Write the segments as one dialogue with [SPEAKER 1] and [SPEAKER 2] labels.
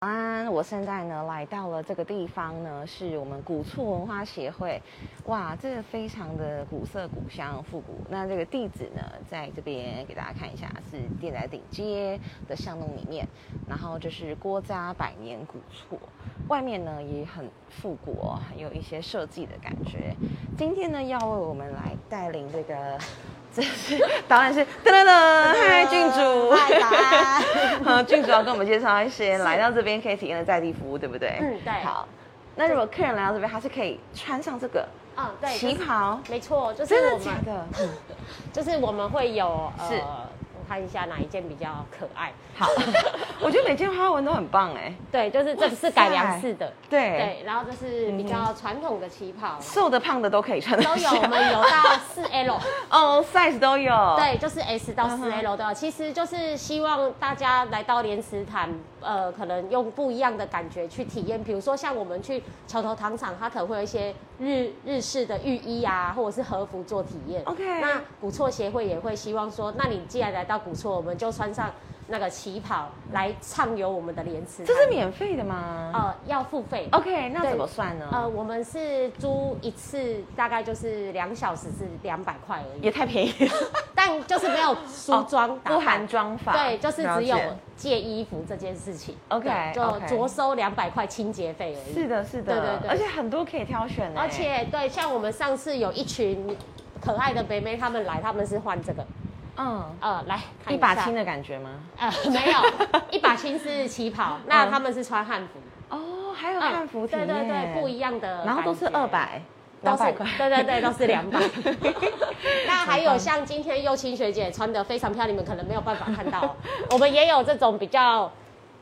[SPEAKER 1] 天我现在呢来到了这个地方呢，是我们古厝文化协会，哇，这个非常的古色古香复古。那这个地址呢，在这边给大家看一下，是店仔顶街的巷弄里面，然后就是郭家百年古厝，外面呢也很复古、哦，有一些设计的感觉。今天呢要为我们来带领这个。这是导演是噔噔噔，嗨郡主，
[SPEAKER 2] 嗨早 安。
[SPEAKER 1] 好，郡主要跟我们介绍一些来到这边可以体验的在地服务，对不对？
[SPEAKER 2] 嗯对
[SPEAKER 1] 好，那如果客人来到这边，他是可以穿上这个
[SPEAKER 2] 嗯，对，
[SPEAKER 1] 旗
[SPEAKER 2] 就是
[SPEAKER 1] 袍，
[SPEAKER 2] 没错，就是
[SPEAKER 1] 真
[SPEAKER 2] 我
[SPEAKER 1] 的假
[SPEAKER 2] 们，
[SPEAKER 1] 的？
[SPEAKER 2] 就是我们会有呃，
[SPEAKER 1] 是
[SPEAKER 2] 我看一下哪一件比较可爱。
[SPEAKER 1] 好，我觉得每件花纹都很棒哎。
[SPEAKER 2] 对，就是这是改良式的，
[SPEAKER 1] 对，嗯
[SPEAKER 2] 对，然后这是比较传统的 旗袍，
[SPEAKER 1] 瘦的胖的都可以穿得
[SPEAKER 2] 都有，
[SPEAKER 1] 下
[SPEAKER 2] 我们有到四 L，
[SPEAKER 1] 哦，size 都有。，
[SPEAKER 2] 对，就是 S 到
[SPEAKER 1] 嗯
[SPEAKER 2] 四
[SPEAKER 1] 哼
[SPEAKER 2] L 的，其实就是希望大家来到莲池潭，呃，可能用不一样的感觉去体验，比如说像我们去桥头糖厂，它可能会有一些日日式的浴衣啊，或者是和服做体验。
[SPEAKER 1] OK
[SPEAKER 2] 那古厝协会也会希望说，那你既然来到古厝，我们就穿上那个旗袍来畅游我们的莲池潭。
[SPEAKER 1] 这是哦免费的吗
[SPEAKER 2] 呃要付费。
[SPEAKER 1] ？OK，那
[SPEAKER 2] 对
[SPEAKER 1] 怎么算呢？
[SPEAKER 2] 呃，我们是租一次，大概就是两小时是两百块而已，
[SPEAKER 1] 也太便宜了，
[SPEAKER 2] 但就是没有梳妆打扮、
[SPEAKER 1] 不含妆法。
[SPEAKER 2] 对，就是只有
[SPEAKER 1] 了解
[SPEAKER 2] 借衣服这件事情。
[SPEAKER 1] OK，
[SPEAKER 2] 对就
[SPEAKER 1] OK
[SPEAKER 2] 着收两百块清洁费而已。
[SPEAKER 1] 是的，是的，
[SPEAKER 2] 对对对
[SPEAKER 1] 而且很多可以挑选呢，欸
[SPEAKER 2] 而且对，像我们上次有一群可爱的北妹他们来，他们是换这个，
[SPEAKER 1] 嗯，
[SPEAKER 2] 呃，来看
[SPEAKER 1] 一
[SPEAKER 2] 一
[SPEAKER 1] 把
[SPEAKER 2] 下
[SPEAKER 1] 青。的感觉吗？
[SPEAKER 2] 呃，没有， 一把青是旗袍，那
[SPEAKER 1] 嗯
[SPEAKER 2] 他们是穿汉服，
[SPEAKER 1] 哦，还有
[SPEAKER 2] 嗯
[SPEAKER 1] 汉服体
[SPEAKER 2] 对
[SPEAKER 1] 验，
[SPEAKER 2] 对对，不一样的感觉，
[SPEAKER 1] 然后都是二百，
[SPEAKER 2] 都
[SPEAKER 1] 两
[SPEAKER 2] 是
[SPEAKER 1] 百块，。
[SPEAKER 2] 对对对，都是两百 那还有像今天幼青学姐穿的非常漂亮，你们可能没有办法看到、哦，我们也有这种比较。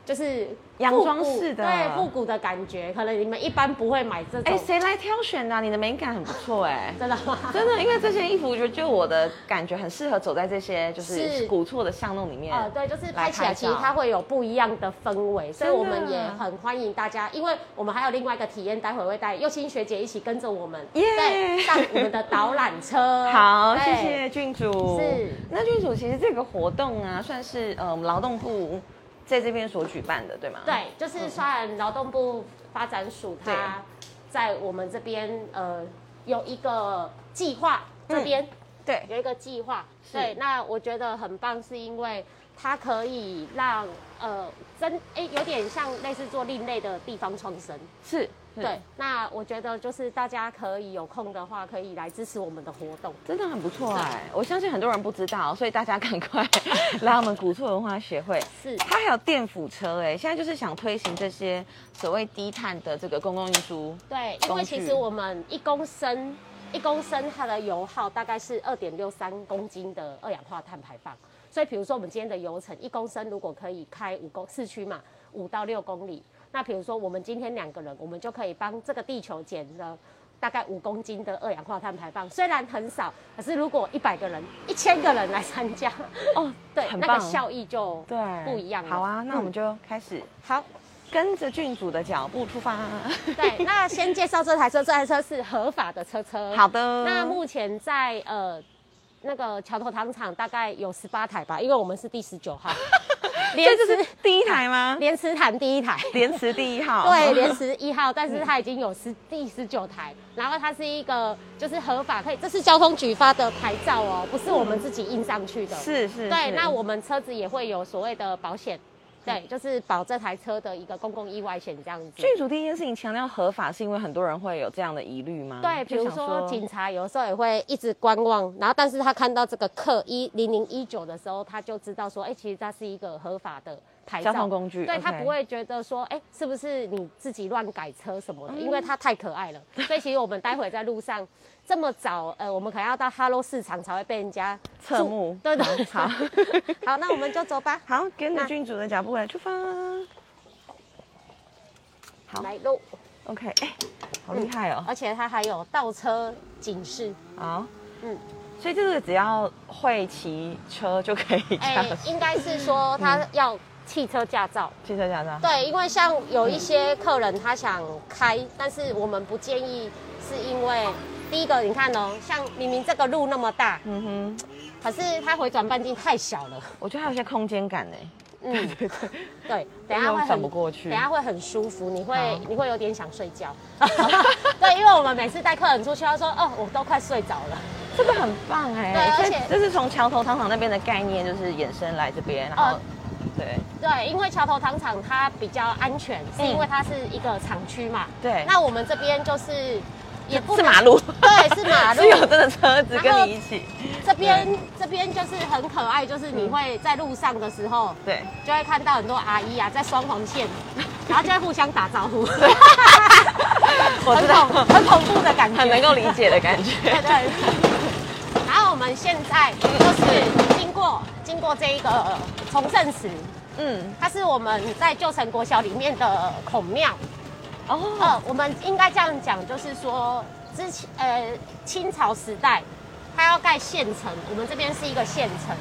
[SPEAKER 2] 就是
[SPEAKER 1] 洋
[SPEAKER 2] 复古
[SPEAKER 1] 装式的
[SPEAKER 2] 对复古的感觉，可能你们一般不会买这种，
[SPEAKER 1] 哎，谁来挑选的啊？你的美感很不错 哎。
[SPEAKER 2] 真的吗？
[SPEAKER 1] 真的，因为这件衣服，我觉得就我的感觉很适合走在这些就是
[SPEAKER 2] 是
[SPEAKER 1] 古厝的巷弄里面。
[SPEAKER 2] 呃，对，就是
[SPEAKER 1] 来
[SPEAKER 2] 拍起来，
[SPEAKER 1] 拍
[SPEAKER 2] 其实
[SPEAKER 1] 照
[SPEAKER 2] 它会有不一样的氛围，所
[SPEAKER 1] 真
[SPEAKER 2] 以
[SPEAKER 1] 的
[SPEAKER 2] 我们也很欢迎大家，因为我们还有另外一个体验，待会会带幼青学姐一起跟着我们，
[SPEAKER 1] 耶
[SPEAKER 2] 对，上我们的导览车。
[SPEAKER 1] 好，
[SPEAKER 2] 对
[SPEAKER 1] 谢谢郡主。
[SPEAKER 2] 是，
[SPEAKER 1] 那郡主其实这个活动啊，算是呃我们劳动部在这边所举办的，对吗？
[SPEAKER 2] 对，就是虽然劳动部发展署
[SPEAKER 1] 嗯对
[SPEAKER 2] 它在我们这边呃有一个计划，这边、
[SPEAKER 1] 对，
[SPEAKER 2] 有一个计划，
[SPEAKER 1] 嗯是
[SPEAKER 2] 对，那我觉得很棒，是因为它可以让呃真哎、有点像类似做另类的地方创生，
[SPEAKER 1] 是，是
[SPEAKER 2] 对，，那我觉得就是大家可以有空的话，可以来支持我们的活动。
[SPEAKER 1] 真的很不错哎，我相信很多人不知道，所以大家赶快 来我们古厝文化协会。
[SPEAKER 2] 是
[SPEAKER 1] 它还有电辅车哎，现在就是想推行这些所谓低碳的这个公共运输。
[SPEAKER 2] 对，因
[SPEAKER 1] 工
[SPEAKER 2] 为
[SPEAKER 1] 具
[SPEAKER 2] 其实我们一公升一公升它的油耗大概是二点六三公斤的二氧化碳排放，所以比如说我们今天的油程一公升如果可以开五公市区嘛，五到六公里，那比如说我们今天两个人，我们就可以帮这个地球减了。大概五公斤的二氧化碳排放，虽然很少，可是如果一百个人、一千个人来参加，
[SPEAKER 1] 哦，
[SPEAKER 2] 对，
[SPEAKER 1] 很
[SPEAKER 2] 那
[SPEAKER 1] 棒
[SPEAKER 2] 个效益就
[SPEAKER 1] 对，
[SPEAKER 2] 不一样了嗯
[SPEAKER 1] 好啊，那我们就开始
[SPEAKER 2] 好，
[SPEAKER 1] 跟着郡主的脚步出发。
[SPEAKER 2] 对，那先介绍这台车，这台车是合法的车 车。
[SPEAKER 1] 好的，
[SPEAKER 2] 那目前在呃那个桥头糖厂大概有十八台吧，因为我们是第十 九号，
[SPEAKER 1] 这
[SPEAKER 2] 莲
[SPEAKER 1] 就是啊
[SPEAKER 2] 池
[SPEAKER 1] 第一台 吗？
[SPEAKER 2] 莲池潭第一台。
[SPEAKER 1] 莲池第一号。哦
[SPEAKER 2] 对，莲池一号，但
[SPEAKER 1] 嗯
[SPEAKER 2] 是它已经有十第十九台，然后它是一个就是合法可以，这是交通局发的牌照哦，不是我们自己印上去的。
[SPEAKER 1] 是是。
[SPEAKER 2] 对，
[SPEAKER 1] 是
[SPEAKER 2] 那我们车子也会有所谓的保险，对，就是保这台车的一个公共意外险这样子。
[SPEAKER 1] 郡主第一件事情强调合法，是因为很多人会有这样的疑虑吗？
[SPEAKER 2] 对，比
[SPEAKER 1] 嗯就
[SPEAKER 2] 如
[SPEAKER 1] 想
[SPEAKER 2] 说警察有时候也会一直观望，然后但是他看到这个客一零零一九的时候，他就知道说，哎、其实它是一个合法的牌照
[SPEAKER 1] 交通工具
[SPEAKER 2] 对他
[SPEAKER 1] OK
[SPEAKER 2] 不会觉得说，哎、是不是你自己乱改车什么的，
[SPEAKER 1] 嗯
[SPEAKER 2] 因为它太可爱了。所以其实我们待会在路上这么早，呃，我们可能要到哈喽市场才会被人家
[SPEAKER 1] 侧目嗯
[SPEAKER 2] 注对对，
[SPEAKER 1] 好好
[SPEAKER 2] 好，那我们就走吧，
[SPEAKER 1] 好，跟着
[SPEAKER 2] 那
[SPEAKER 1] 郡主的脚步来出发。 好
[SPEAKER 2] 来喽。
[SPEAKER 1] OK，哎、好厉害哦。
[SPEAKER 2] 而且它还有倒车警示。
[SPEAKER 1] 好，嗯
[SPEAKER 2] 嗯，
[SPEAKER 1] 所以这个只要会骑车就可以驾
[SPEAKER 2] 哎、
[SPEAKER 1] 驶、
[SPEAKER 2] 应该是说他要汽车驾照。
[SPEAKER 1] 汽车驾照。
[SPEAKER 2] 对，因为像有一些客人他想开，但是我们不建议，是因为第一个你看哦，像明明这个路那么大，
[SPEAKER 1] 嗯哼，
[SPEAKER 2] 可是它回转半径太小了。
[SPEAKER 1] 我觉得还有一些空间感呢。
[SPEAKER 2] 嗯， 对，等一
[SPEAKER 3] 因
[SPEAKER 2] 下
[SPEAKER 3] 为
[SPEAKER 2] 会
[SPEAKER 3] 我
[SPEAKER 2] 很
[SPEAKER 3] 转不过去
[SPEAKER 2] 等一下会很舒服，你会
[SPEAKER 3] 好
[SPEAKER 2] 你会有点想睡觉。 对，因为我们每次带客人出去，他说哦，我都快睡着了。
[SPEAKER 1] 这个很棒哎、
[SPEAKER 2] 对而
[SPEAKER 1] 这
[SPEAKER 2] 且
[SPEAKER 1] 这是从桥头糖厂那边的概念，就是衍生来这边，然后、
[SPEAKER 2] 哦
[SPEAKER 1] 对
[SPEAKER 2] 对，因为桥头糖厂它比较安全，是
[SPEAKER 1] 嗯
[SPEAKER 2] 因为它是一个厂区嘛。
[SPEAKER 1] 对，
[SPEAKER 2] 那我们这边就是也不
[SPEAKER 1] 是
[SPEAKER 2] 能
[SPEAKER 1] 马路，
[SPEAKER 2] 对，是马 路
[SPEAKER 1] 是。有真的车子
[SPEAKER 2] 然后
[SPEAKER 1] 跟你一起，
[SPEAKER 2] 这边这边就是很可爱，就是你会在路上的时候，
[SPEAKER 1] 对，
[SPEAKER 2] 就会看到很多阿姨啊在双 黄线，然后就会互相打招呼。
[SPEAKER 1] 我
[SPEAKER 2] 很
[SPEAKER 1] 知道
[SPEAKER 2] 恐很恐怖的感觉，
[SPEAKER 1] 很能够理解的感
[SPEAKER 2] 对
[SPEAKER 1] 觉。
[SPEAKER 2] 对。对然后我们现在就是经过经过这一个呃崇圣祠，
[SPEAKER 1] 嗯，
[SPEAKER 2] 它是我们在旧城国小里面的孔庙。
[SPEAKER 1] 哦，
[SPEAKER 2] 呃，我们应该这样讲，就是说之前呃清朝时代，它要盖县城，我们这边是一个县城。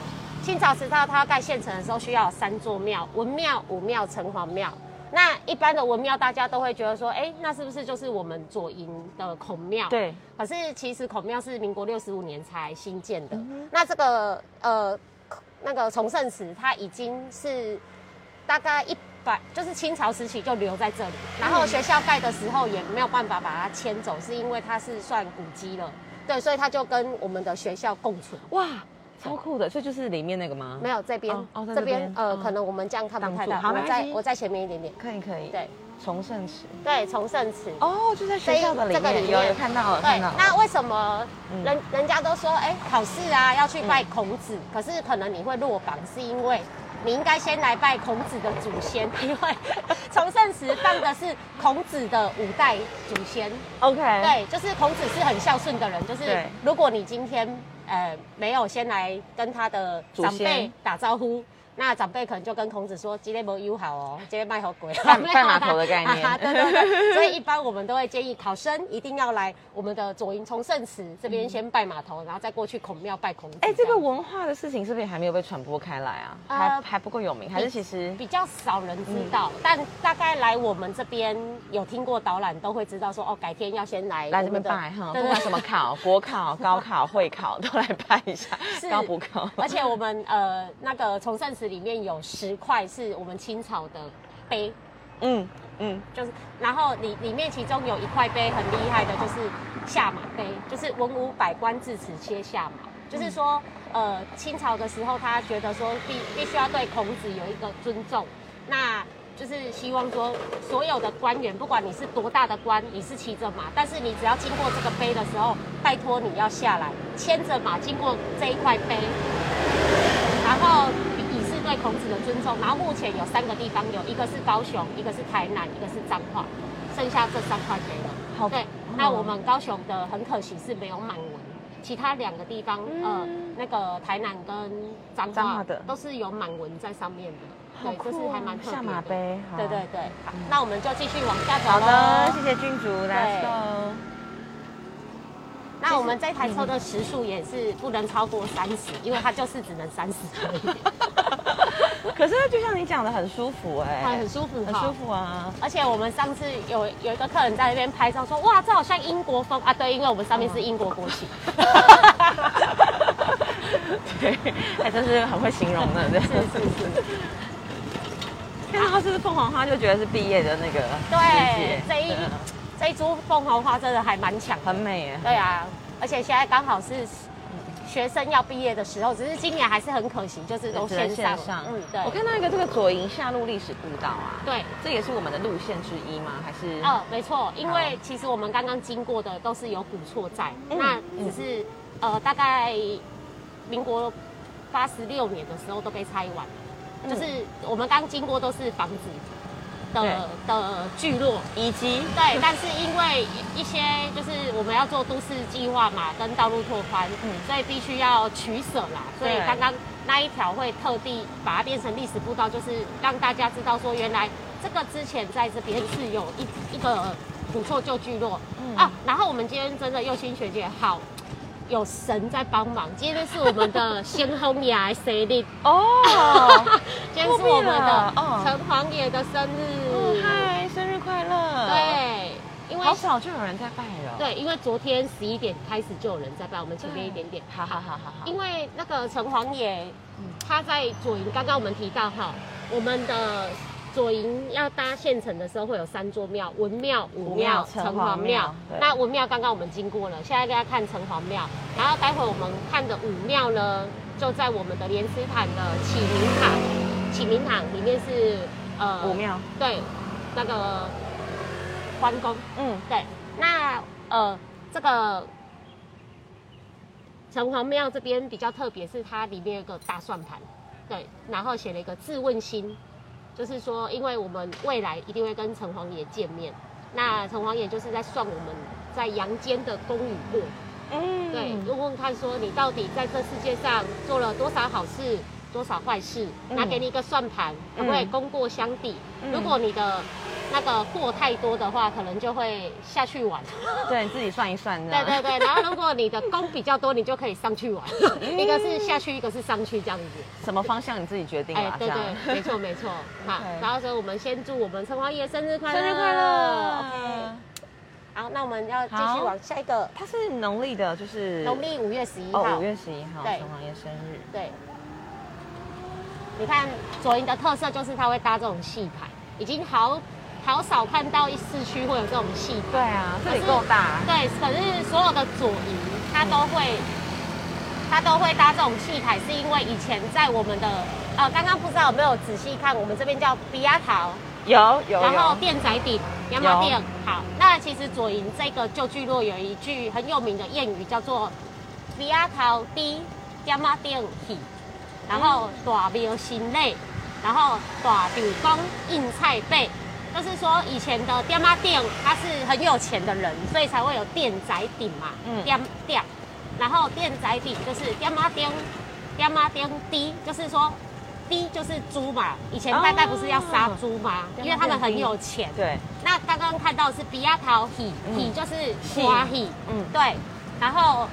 [SPEAKER 2] 清朝时代它要盖县城的时候，需要有三座庙：文庙、武庙、城隍庙。那一般的文庙，大家都会觉得说，哎、那是不是就是我们左营的孔庙？。
[SPEAKER 1] 对，
[SPEAKER 2] 可是其实孔庙是民国六十五年才新建
[SPEAKER 1] 嗯
[SPEAKER 2] 的，那这个呃那个崇圣祠，它已经是大概一百，就是清朝时期就留在这里。然
[SPEAKER 1] 嗯
[SPEAKER 2] 后学校盖的时候也没有办法把它迁走，是因为它是算古迹了，对，所以它就跟我们的学校共存。
[SPEAKER 1] 哇，超酷的，这就是里面那个吗？
[SPEAKER 2] 没有这边
[SPEAKER 1] 哦，哦在
[SPEAKER 2] 这
[SPEAKER 1] 这
[SPEAKER 2] 边
[SPEAKER 1] 边
[SPEAKER 2] 呃，
[SPEAKER 1] 哦
[SPEAKER 2] 可能我们这样看不太
[SPEAKER 1] 挡住
[SPEAKER 2] 到，
[SPEAKER 1] 好
[SPEAKER 2] 我
[SPEAKER 1] 没关
[SPEAKER 2] 在
[SPEAKER 1] 系
[SPEAKER 2] 我在前面一点点。
[SPEAKER 1] 可以可以，
[SPEAKER 2] 对
[SPEAKER 1] 崇圣池。
[SPEAKER 2] 对，崇圣祠。
[SPEAKER 1] 哦，就在学校的里
[SPEAKER 2] 这个里
[SPEAKER 1] 面，
[SPEAKER 2] 面
[SPEAKER 1] 有有看到了，
[SPEAKER 2] 对
[SPEAKER 1] 看到，
[SPEAKER 2] 那
[SPEAKER 1] 了。
[SPEAKER 2] 为什么
[SPEAKER 1] 嗯
[SPEAKER 2] 人、人家都说，哎、考试啊要去拜孔子，可是可能你会落榜，是因为你应该先来拜孔子的祖先，因为 崇圣祠放的是孔子的五代祖先。
[SPEAKER 1] OK，
[SPEAKER 2] 对，就是孔子是很孝顺的人，就是
[SPEAKER 1] 对
[SPEAKER 2] 如果你今天呃没有先来跟他的
[SPEAKER 1] 祖
[SPEAKER 2] 长辈
[SPEAKER 1] 先
[SPEAKER 2] 打招呼。那长辈可能就跟孔子说：“今天没友好 哦，今天卖好鬼。”
[SPEAKER 1] 拜拜码头的概念
[SPEAKER 2] 啊对对 对。所以一般我们都会建议考生一定要来我们的左营崇圣祠这边先拜码头，然后再过去孔庙拜孔子。
[SPEAKER 1] 哎，这
[SPEAKER 2] 样
[SPEAKER 1] 个文化的事情是不是还没有被传播开来啊？
[SPEAKER 2] 呃
[SPEAKER 1] 还还不够有名，还是其实
[SPEAKER 2] 比较少人知道，
[SPEAKER 1] 嗯
[SPEAKER 2] 但大概来我们这边有听过导览，都会知道说哦，改天要先来
[SPEAKER 1] 来这
[SPEAKER 2] 我们
[SPEAKER 1] 边
[SPEAKER 2] 的
[SPEAKER 1] 拜哈，
[SPEAKER 2] 对
[SPEAKER 1] 不
[SPEAKER 2] 对
[SPEAKER 1] 管什么考，国 考、高考、会考都来拜一下
[SPEAKER 2] 是，
[SPEAKER 1] 高补 考。
[SPEAKER 2] 而且我们呃那个崇圣祠里面有十块是我们清朝的碑，
[SPEAKER 1] 嗯嗯，
[SPEAKER 2] 就是然后里里面其中有一块碑很厉害的，就是下马碑，就是文武百官至此皆下马，就是说呃清朝的时候他觉得说必必须要对孔子有一个尊重，那。就是希望说，所有的官员，不管你是多大的官，你是骑着马，但是你只要经过这个碑的时候，拜托你要下来，牵着马经过这一块碑，然后以示对孔子的尊重。然后目前有三个地方有，一个是高雄，一个是台南，一个是彰化，剩下这三块没了。
[SPEAKER 1] 好
[SPEAKER 2] 对，那我们高雄的很可惜是没有满文，其他两个地方，呃，那个台南跟彰
[SPEAKER 1] 嗯彰
[SPEAKER 2] 化
[SPEAKER 1] 化的
[SPEAKER 2] 都是有满文在上面的，
[SPEAKER 1] 好
[SPEAKER 2] 对，这
[SPEAKER 1] 酷
[SPEAKER 2] 是
[SPEAKER 1] 哦
[SPEAKER 2] 还蛮特别的。
[SPEAKER 1] 下马杯，好
[SPEAKER 2] 对对。对，好，那我们就继续往下走
[SPEAKER 1] 好的，
[SPEAKER 2] 喽
[SPEAKER 1] 谢。谢君主
[SPEAKER 2] 对
[SPEAKER 1] ，Let's go。
[SPEAKER 2] 那我们这台车的时速也是不能超过三十，因为它就是只能三十而 已。
[SPEAKER 1] 可是就像你讲的，很舒服
[SPEAKER 2] 它
[SPEAKER 1] 哎
[SPEAKER 2] 很，舒服，
[SPEAKER 1] 很舒。服啊。
[SPEAKER 2] 而且我们上次有有一个客人在那边拍照说，哇，这好像英国风啊！对，因为我们上面是英国国旗。
[SPEAKER 1] 嗯 对，还真是很会形容的，对。
[SPEAKER 2] 是是是，
[SPEAKER 1] 看到这是凤凰花，就觉得是毕业的那个学
[SPEAKER 2] 对
[SPEAKER 1] 姐，
[SPEAKER 2] 这一
[SPEAKER 1] 嗯
[SPEAKER 2] 这一株凤凰花真的还蛮强的。
[SPEAKER 1] 很美耶。
[SPEAKER 2] 对啊，而且现在刚好是学生要毕业的时候，只是今年还是很可惜，就是都
[SPEAKER 1] 只能
[SPEAKER 2] 线上。
[SPEAKER 1] 线上，
[SPEAKER 2] 嗯
[SPEAKER 1] 嗯，，
[SPEAKER 2] 对。
[SPEAKER 1] 我看到一个这个左营下路历史步道啊，
[SPEAKER 2] 对，
[SPEAKER 1] 这也是我们的路线之一吗？还是？
[SPEAKER 2] 呃，没错，因为其实我们刚刚经过的都是有古厝在，
[SPEAKER 1] 嗯
[SPEAKER 2] 那只是呃大概民国八十六年的时候都被拆完了，
[SPEAKER 1] 嗯
[SPEAKER 2] 就是我们刚经过都是房子
[SPEAKER 1] 对
[SPEAKER 2] 的的聚落。
[SPEAKER 1] 以及
[SPEAKER 2] 对，但是因为一些就是我们要做都市计划嘛，跟道路拓宽，
[SPEAKER 1] 嗯
[SPEAKER 2] 所以必须要取舍啦。所以
[SPEAKER 1] 对
[SPEAKER 2] 刚刚那一条会特地把它变成历史步道，就是让大家知道说，原来这个之前在这边是有一一个不错旧聚落、
[SPEAKER 1] 嗯
[SPEAKER 2] 啊。然后我们今天真的又新学姐好。有神在帮忙，今天是我 们的先红爷的生日，
[SPEAKER 1] 哦，
[SPEAKER 2] 今天是我们的
[SPEAKER 1] 酷毙了哦哦
[SPEAKER 2] 城隍爷的生日，
[SPEAKER 1] 嗨，生日快乐！
[SPEAKER 2] 对，因为
[SPEAKER 1] 好早就有人在拜了。，
[SPEAKER 2] 对，因为昨天十一点开始就有人在拜，我们前面一点点。
[SPEAKER 1] 好好好好好。
[SPEAKER 2] 因为那个城隍爷，
[SPEAKER 1] 嗯
[SPEAKER 2] 他在左营，刚刚我们提到哈，我们的左营要搭县城的时候会有三座庙：文庙、武
[SPEAKER 1] 武
[SPEAKER 2] 庙
[SPEAKER 1] 庙、
[SPEAKER 2] 城
[SPEAKER 1] 城
[SPEAKER 2] 隍
[SPEAKER 1] 隍
[SPEAKER 2] 庙
[SPEAKER 1] 庙。对
[SPEAKER 2] 那文庙刚刚我们经过了，现在大家看城隍庙，然后待会我们看的武庙呢，就在我们的莲池潭的启明堂，启明堂里面是呃
[SPEAKER 1] 武庙，
[SPEAKER 2] 对那个关公。
[SPEAKER 1] 嗯，
[SPEAKER 2] 对，那呃，这个城隍庙这边比较特别，是它里面有一个大算盘，对，然后写了一个自问心，就是说，因为我们未来一定会跟城隍爷见面，那城隍爷就是在算我们在阳间的功与过，
[SPEAKER 1] 嗯，
[SPEAKER 2] 对，问问看说你到底在这世界上做了多少好事，多少坏事，
[SPEAKER 1] 嗯
[SPEAKER 2] 那给你一个算盘，可不可以
[SPEAKER 1] 嗯
[SPEAKER 2] 功过相抵？
[SPEAKER 1] 嗯
[SPEAKER 2] 如果你的那个货太多的话，可能就会下去 玩。
[SPEAKER 1] 对，你自己算一算的。
[SPEAKER 2] 对对对，然后如果你的功比较多，你就可以上 去玩，
[SPEAKER 1] 嗯
[SPEAKER 2] 一个是下去，一个是上去这样子。
[SPEAKER 1] 什么方向你自己决定啊吧，这
[SPEAKER 2] 哎对
[SPEAKER 1] 样。
[SPEAKER 2] 对，没错没错。好
[SPEAKER 1] OK，
[SPEAKER 2] 然后所以我们先祝我们陈华爷生日快 乐，
[SPEAKER 1] 生日快
[SPEAKER 2] OK，
[SPEAKER 1] 乐！
[SPEAKER 2] 好，那我们要继续
[SPEAKER 1] 好
[SPEAKER 2] 往下一个，
[SPEAKER 1] 它是农历的，就是
[SPEAKER 2] 农历五月十一号。
[SPEAKER 1] 哦，五月十一号，
[SPEAKER 2] 对
[SPEAKER 1] 城隍爷生日。
[SPEAKER 2] 对，你看左营的特色就是它会搭这种戏牌，已经好好少看到一市区会有这种戏牌。
[SPEAKER 1] 对啊，这
[SPEAKER 2] 可是
[SPEAKER 1] 里够大。
[SPEAKER 2] 对，可是所有的左营它都会，它都会搭这种戏台，是因为以前在我们的呃，刚刚不知道有没有仔细看，我们这边叫比亚桃，
[SPEAKER 1] 有有
[SPEAKER 2] 然后
[SPEAKER 1] 有。
[SPEAKER 2] 店仔顶、羊毛店。好，那其实左营这个旧聚落有一句很有名的谚语，叫做“比亚桃低，羊毛店起”，然后大庙心累，然后大饼公硬菜背。就是说，以前的店妈店他是很有钱的人，所以才会有店仔顶嘛，
[SPEAKER 1] 嗯
[SPEAKER 2] 店店，然后店仔顶就是店妈店，店妈店低，就是说低就是猪嘛，以前拜拜不是要杀猪吗？因为他们很有钱。
[SPEAKER 1] 对，
[SPEAKER 2] 那刚刚看到是比亚桃喜，
[SPEAKER 1] 嗯
[SPEAKER 2] 喜就是花喜，
[SPEAKER 1] 嗯，
[SPEAKER 2] 对。然后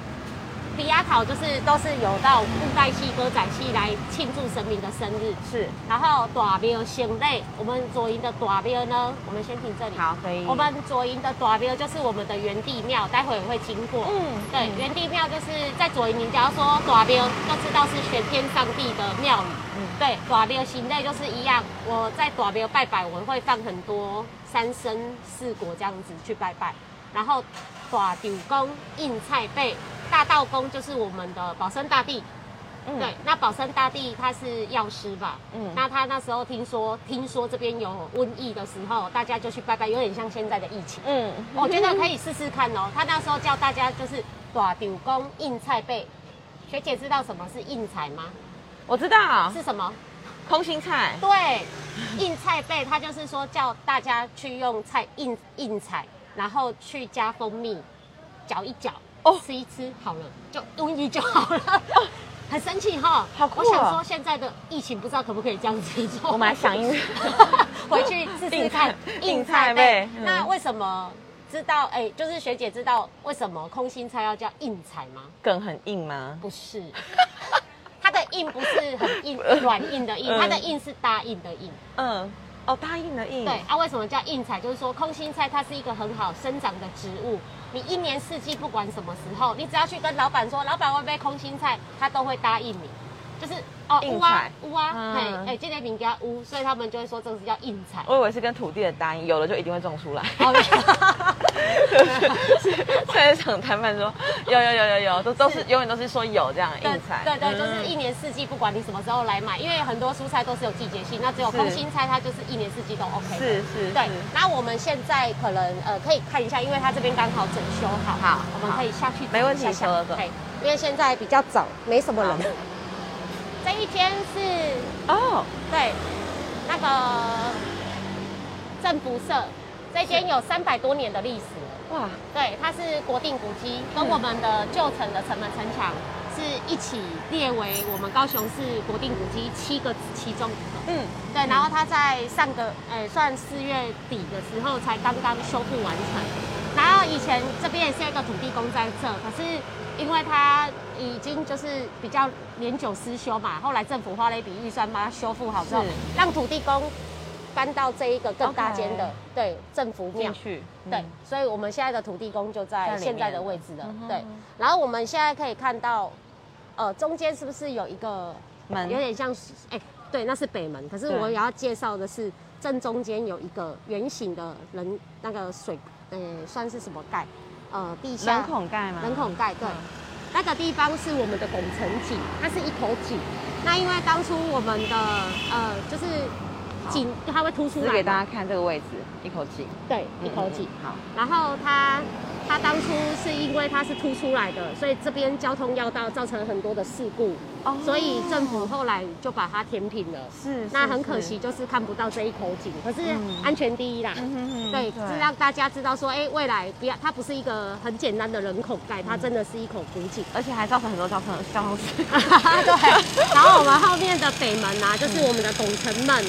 [SPEAKER 2] 比亚桃就是都是有到布袋戏、歌仔戏来庆祝神明的生日。
[SPEAKER 1] 是
[SPEAKER 2] 然后大庙行类，我们左营的大庙呢，我们先停这里。
[SPEAKER 1] 好，可以。
[SPEAKER 2] 我们左营的大庙就是我们的原地庙，待会也会经过。
[SPEAKER 1] 嗯，
[SPEAKER 2] 对，
[SPEAKER 1] 嗯
[SPEAKER 2] 原地庙就是在左营，你只要说大庙，就知道是玄天上帝的庙宇。
[SPEAKER 1] 嗯
[SPEAKER 2] 对，大庙行类就是一样，我在大庙拜拜，我会放很多三牲四果这样子去拜拜。然后大丢公应菜贝，大道公就是我们的保生大帝。
[SPEAKER 1] 嗯
[SPEAKER 2] 对，那保生大帝他是药师吧？
[SPEAKER 1] 嗯
[SPEAKER 2] 那他那时候听说听说这边有瘟疫的时候，大家就去拜拜，有点像现在的疫情。
[SPEAKER 1] 嗯，
[SPEAKER 2] 我觉得哦可以试试看哦。他那时候叫大家就是打丢工硬菜贝。学姐知道什么是硬菜吗？
[SPEAKER 1] 我知道，
[SPEAKER 2] 是什么？
[SPEAKER 1] 空心菜。
[SPEAKER 2] 对，硬菜贝，它就是说叫大家去用菜硬硬菜，然后去加蜂蜜，搅一搅，
[SPEAKER 1] 哦
[SPEAKER 2] 吃一吃好了，就瘟疫就好 了。很神奇哈，
[SPEAKER 1] 好酷
[SPEAKER 2] 我
[SPEAKER 1] 哦
[SPEAKER 2] 想说现在的疫情不知道可不可以这样子做，
[SPEAKER 1] 我们来响应
[SPEAKER 2] 回去试试看
[SPEAKER 1] 硬菜
[SPEAKER 2] 硬
[SPEAKER 1] 硬菜
[SPEAKER 2] 菜贝
[SPEAKER 1] 贝。嗯
[SPEAKER 2] 那为什么知道？哎，就是学姐知道为什么空心菜要叫硬菜吗？
[SPEAKER 1] 梗很硬吗？
[SPEAKER 2] 不是，它的硬不是很硬软硬的硬，
[SPEAKER 1] 嗯
[SPEAKER 2] 它的硬是答应的硬。
[SPEAKER 1] 嗯，哦，答应的应。
[SPEAKER 2] 对，啊，为什么叫硬菜？就是说空心菜它是一个很好生长的植物，你一年四季不管什么时候，你只要去跟老板说，老板我要买空心菜，他都会答应你。就是哦，
[SPEAKER 1] 硬
[SPEAKER 2] 乌啊
[SPEAKER 1] 菜
[SPEAKER 2] 乌啊，
[SPEAKER 1] 嗯
[SPEAKER 2] 嘿，哎，这类名叫乌，所以他们就会说这个是叫硬菜。
[SPEAKER 1] 我以为是跟土地的答应，有了就一定会种出来。
[SPEAKER 2] 哦，
[SPEAKER 1] 菜市场摊贩说有有有有有，都都是永远都是说有这样
[SPEAKER 2] 对
[SPEAKER 1] 硬菜。
[SPEAKER 2] 对对，
[SPEAKER 1] 嗯
[SPEAKER 2] 就是一年四季，不管你什么时候来买，因为很多蔬菜都是有季节性，那只有空
[SPEAKER 1] 是
[SPEAKER 2] 心菜它就是一年四季都 OK 的。
[SPEAKER 1] 是是
[SPEAKER 2] 对
[SPEAKER 1] 是，
[SPEAKER 2] 那我们现在可能呃可以看一下，因为它这边刚好整修好，
[SPEAKER 1] 好
[SPEAKER 2] 我们可以下去
[SPEAKER 1] 没问题
[SPEAKER 2] 走一下下
[SPEAKER 1] 走走走
[SPEAKER 2] 对因为现在比较早，没什么人
[SPEAKER 1] 好。
[SPEAKER 2] 这一间是
[SPEAKER 1] 哦，
[SPEAKER 2] 对那个政福社，这间有三百多年的历史了。
[SPEAKER 1] 哇，
[SPEAKER 2] 对，它是国定古迹，
[SPEAKER 1] 嗯
[SPEAKER 2] 跟我们的旧城的城门城墙是一起列为我们高雄市国定古迹七个其中一个。
[SPEAKER 1] 嗯，
[SPEAKER 2] 对，然后它在上个呃算四月底的时候才刚刚修复完成。然后以前这边也是有一个土地公在这，可是因为它已经就是比较年久失修嘛，后来政府花了一笔预算把它修复好之后
[SPEAKER 1] 是，
[SPEAKER 2] 让土地公搬到这一个更大间的
[SPEAKER 1] OK
[SPEAKER 2] 对政府庙
[SPEAKER 1] 进。去，
[SPEAKER 2] 对
[SPEAKER 1] 嗯，
[SPEAKER 2] 所以我们现在的土地公就
[SPEAKER 1] 在
[SPEAKER 2] 在
[SPEAKER 1] 里面
[SPEAKER 2] 现在的位置了
[SPEAKER 1] 嗯哼。
[SPEAKER 2] 对，然后我们现在可以看到，呃，中间是不是有一个
[SPEAKER 1] 门
[SPEAKER 2] 有点像是，哎、对，那是北门。可是
[SPEAKER 1] 对
[SPEAKER 2] 我要介绍的是正中间有一个圆形的人那个水，呃，算是什么盖？呃，地下
[SPEAKER 1] 人孔盖吗？嗯
[SPEAKER 2] 人孔盖，对。那个地方是我们的拱城井，它是一口井。那因为当初我们的呃，就是井它会凸出
[SPEAKER 1] 只
[SPEAKER 2] 来
[SPEAKER 1] 是
[SPEAKER 2] 嘛，
[SPEAKER 1] 给大家看这个位置，一口气，
[SPEAKER 2] 对一口井。
[SPEAKER 1] 嗯，嗯嗯好，
[SPEAKER 2] 然后它它当初是因为它是凸出来的，所以这边交通要道造成很多的事故，
[SPEAKER 1] 哦
[SPEAKER 2] 所以政府后来就把它填平了。
[SPEAKER 1] 是，
[SPEAKER 2] 那
[SPEAKER 1] 是
[SPEAKER 2] 很可惜，，就是看不到这一口井，可是
[SPEAKER 1] 嗯
[SPEAKER 2] 安全第一啦。
[SPEAKER 1] 是嗯哼哼
[SPEAKER 2] 对，是让大家知道说，哎、未来不要，它不是一个很简单的人口盖，它真的是一口古井。
[SPEAKER 1] 而且还造成很多交通 交通事故。
[SPEAKER 2] 对， 然后我们后面的北门啊，就是我们的拱城门，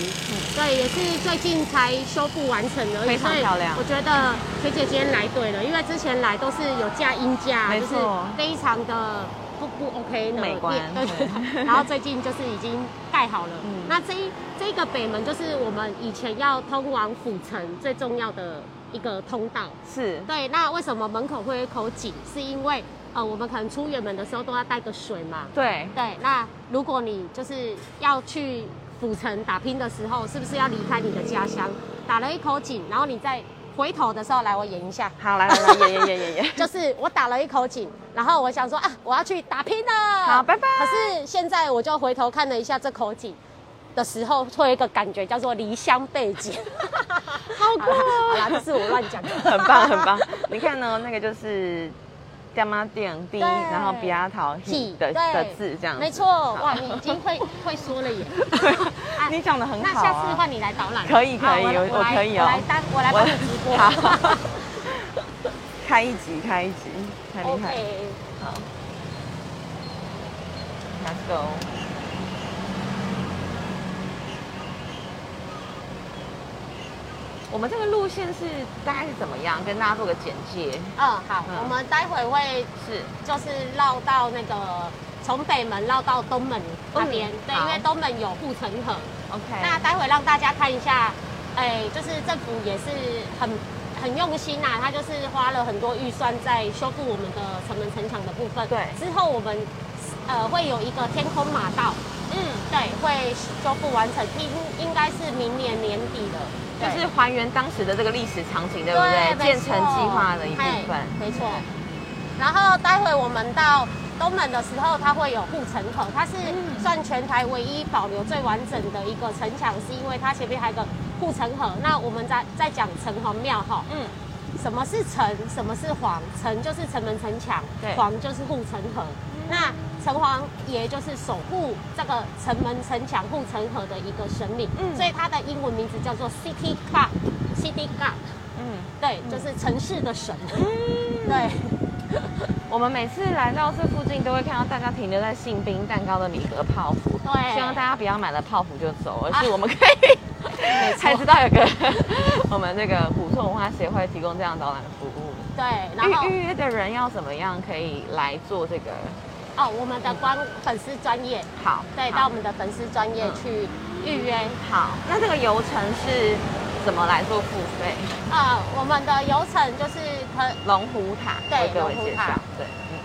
[SPEAKER 2] 对，也是最近才修复完成的，
[SPEAKER 1] 嗯非常
[SPEAKER 2] 所以
[SPEAKER 1] 漂亮
[SPEAKER 2] 我觉得学姐今天来对了，因为之前来都是有架音架，
[SPEAKER 1] 没
[SPEAKER 2] 就是
[SPEAKER 1] 错
[SPEAKER 2] 非常的不不 OK 的
[SPEAKER 1] 美观
[SPEAKER 2] 店对对
[SPEAKER 1] 对
[SPEAKER 2] 对。然后最近就是已经盖好了，
[SPEAKER 1] 嗯
[SPEAKER 2] 那这一这个北门就是我们以前要通往府城最重要的一个通道。
[SPEAKER 1] 是，
[SPEAKER 2] 对，那为什么门口会有一口井？是因为呃，我们可能出远门的时候都要带个水嘛。
[SPEAKER 1] 对，
[SPEAKER 2] 对，那如果你就是要去府城打拼的时候，是不是要离开你的家乡，打了一口井，然后你再回头的时候，来我演一 下，
[SPEAKER 1] 好，来来来，演演演演演，
[SPEAKER 2] 就是我打了一口井，然后我想说啊，我要去打拼了，
[SPEAKER 1] 好，拜拜。
[SPEAKER 2] 可是现在我就回头看了一下这口井的时候，会有一个感觉叫做离乡背景， 好
[SPEAKER 1] 酷哦
[SPEAKER 2] 好啦，这是我乱讲的，
[SPEAKER 1] 很 棒很棒。你看呢，那个就是干妈店 B，
[SPEAKER 2] 对
[SPEAKER 1] 然后比亚桃 He 的
[SPEAKER 2] 对
[SPEAKER 1] 的字这样子。
[SPEAKER 2] 没错，
[SPEAKER 1] 好。
[SPEAKER 2] 哇，你已经会会说了耶啊
[SPEAKER 1] 你讲的很
[SPEAKER 2] 那
[SPEAKER 1] 好、啊。
[SPEAKER 2] 下次换你来导览，
[SPEAKER 1] 可以可
[SPEAKER 2] 好
[SPEAKER 1] 以
[SPEAKER 2] 来
[SPEAKER 1] 我我
[SPEAKER 2] 来
[SPEAKER 1] 可以哦
[SPEAKER 2] 我来当我来帮你直播。
[SPEAKER 1] 好，开一集开一集，太厉害了。
[SPEAKER 2] ，OK，
[SPEAKER 1] 好，Let's go。我们这个路线是大概是怎么样？跟大家做个简介。
[SPEAKER 2] 嗯，好，
[SPEAKER 1] 嗯
[SPEAKER 2] 我们待会会
[SPEAKER 1] 是，
[SPEAKER 2] 就是绕到那个从北门绕到东门那边
[SPEAKER 1] 嗯，
[SPEAKER 2] 对，
[SPEAKER 1] 好
[SPEAKER 2] 因为东门有护城河。
[SPEAKER 1] OK。
[SPEAKER 2] 那待会让大家看一下，哎，就是政府也是很。很用心呐、啊，他就是花了很多预算在修复我们的城门城墙的部分。
[SPEAKER 1] 对
[SPEAKER 2] 之后我们呃会有一个天空马道，
[SPEAKER 1] 嗯，
[SPEAKER 2] 对，会修复完成，应应该是明年年底了。对
[SPEAKER 1] 就是还原当时的这个历史场景，对不对？
[SPEAKER 2] 没
[SPEAKER 1] 建
[SPEAKER 2] 错
[SPEAKER 1] 成计划的一部
[SPEAKER 2] 嘿
[SPEAKER 1] 分。
[SPEAKER 2] 没错。然后待会我们到东门的时候，它会有护城河，它是
[SPEAKER 1] 嗯
[SPEAKER 2] 算全台唯一保留最完整的一个城墙，是因为它前面还有个护城河。那我们再再讲城隍庙哈，
[SPEAKER 1] 嗯，
[SPEAKER 2] 什么是城，什么是隍？城就是城门城墙
[SPEAKER 1] 对，嗯
[SPEAKER 2] 隍就是护城河。那城隍爷就是守护这个城门城墙护城河的一个神明，
[SPEAKER 1] 嗯
[SPEAKER 2] 所以它的英文名字叫做 City God，City God。
[SPEAKER 1] 嗯，
[SPEAKER 2] 对，就是城市的神。对，
[SPEAKER 1] 我们每次来到这附近，都会看到大家停留在信冰蛋糕的米格泡芙。
[SPEAKER 2] 对
[SPEAKER 1] 希望大家不要买了泡芙就走，而
[SPEAKER 2] 啊
[SPEAKER 1] 是我们可以
[SPEAKER 2] 没错
[SPEAKER 1] 才知道有个我们这个古厝文化协会提供这样导览服务。
[SPEAKER 2] 对，然后
[SPEAKER 1] 预预约的人要怎么样可以来做这个？
[SPEAKER 2] 哦，我们的官粉丝专业，
[SPEAKER 1] 好，
[SPEAKER 2] 对，
[SPEAKER 1] 嗯好
[SPEAKER 2] 到我们的粉丝专业
[SPEAKER 1] 嗯
[SPEAKER 2] 去预约。
[SPEAKER 1] 好，那这个游程是怎么来做付费？
[SPEAKER 2] 啊，我们的游程就是可
[SPEAKER 1] 龙虎塔，
[SPEAKER 2] 对
[SPEAKER 1] 为各位
[SPEAKER 2] 龙虎
[SPEAKER 1] 介
[SPEAKER 2] 塔
[SPEAKER 1] 绍，对，嗯，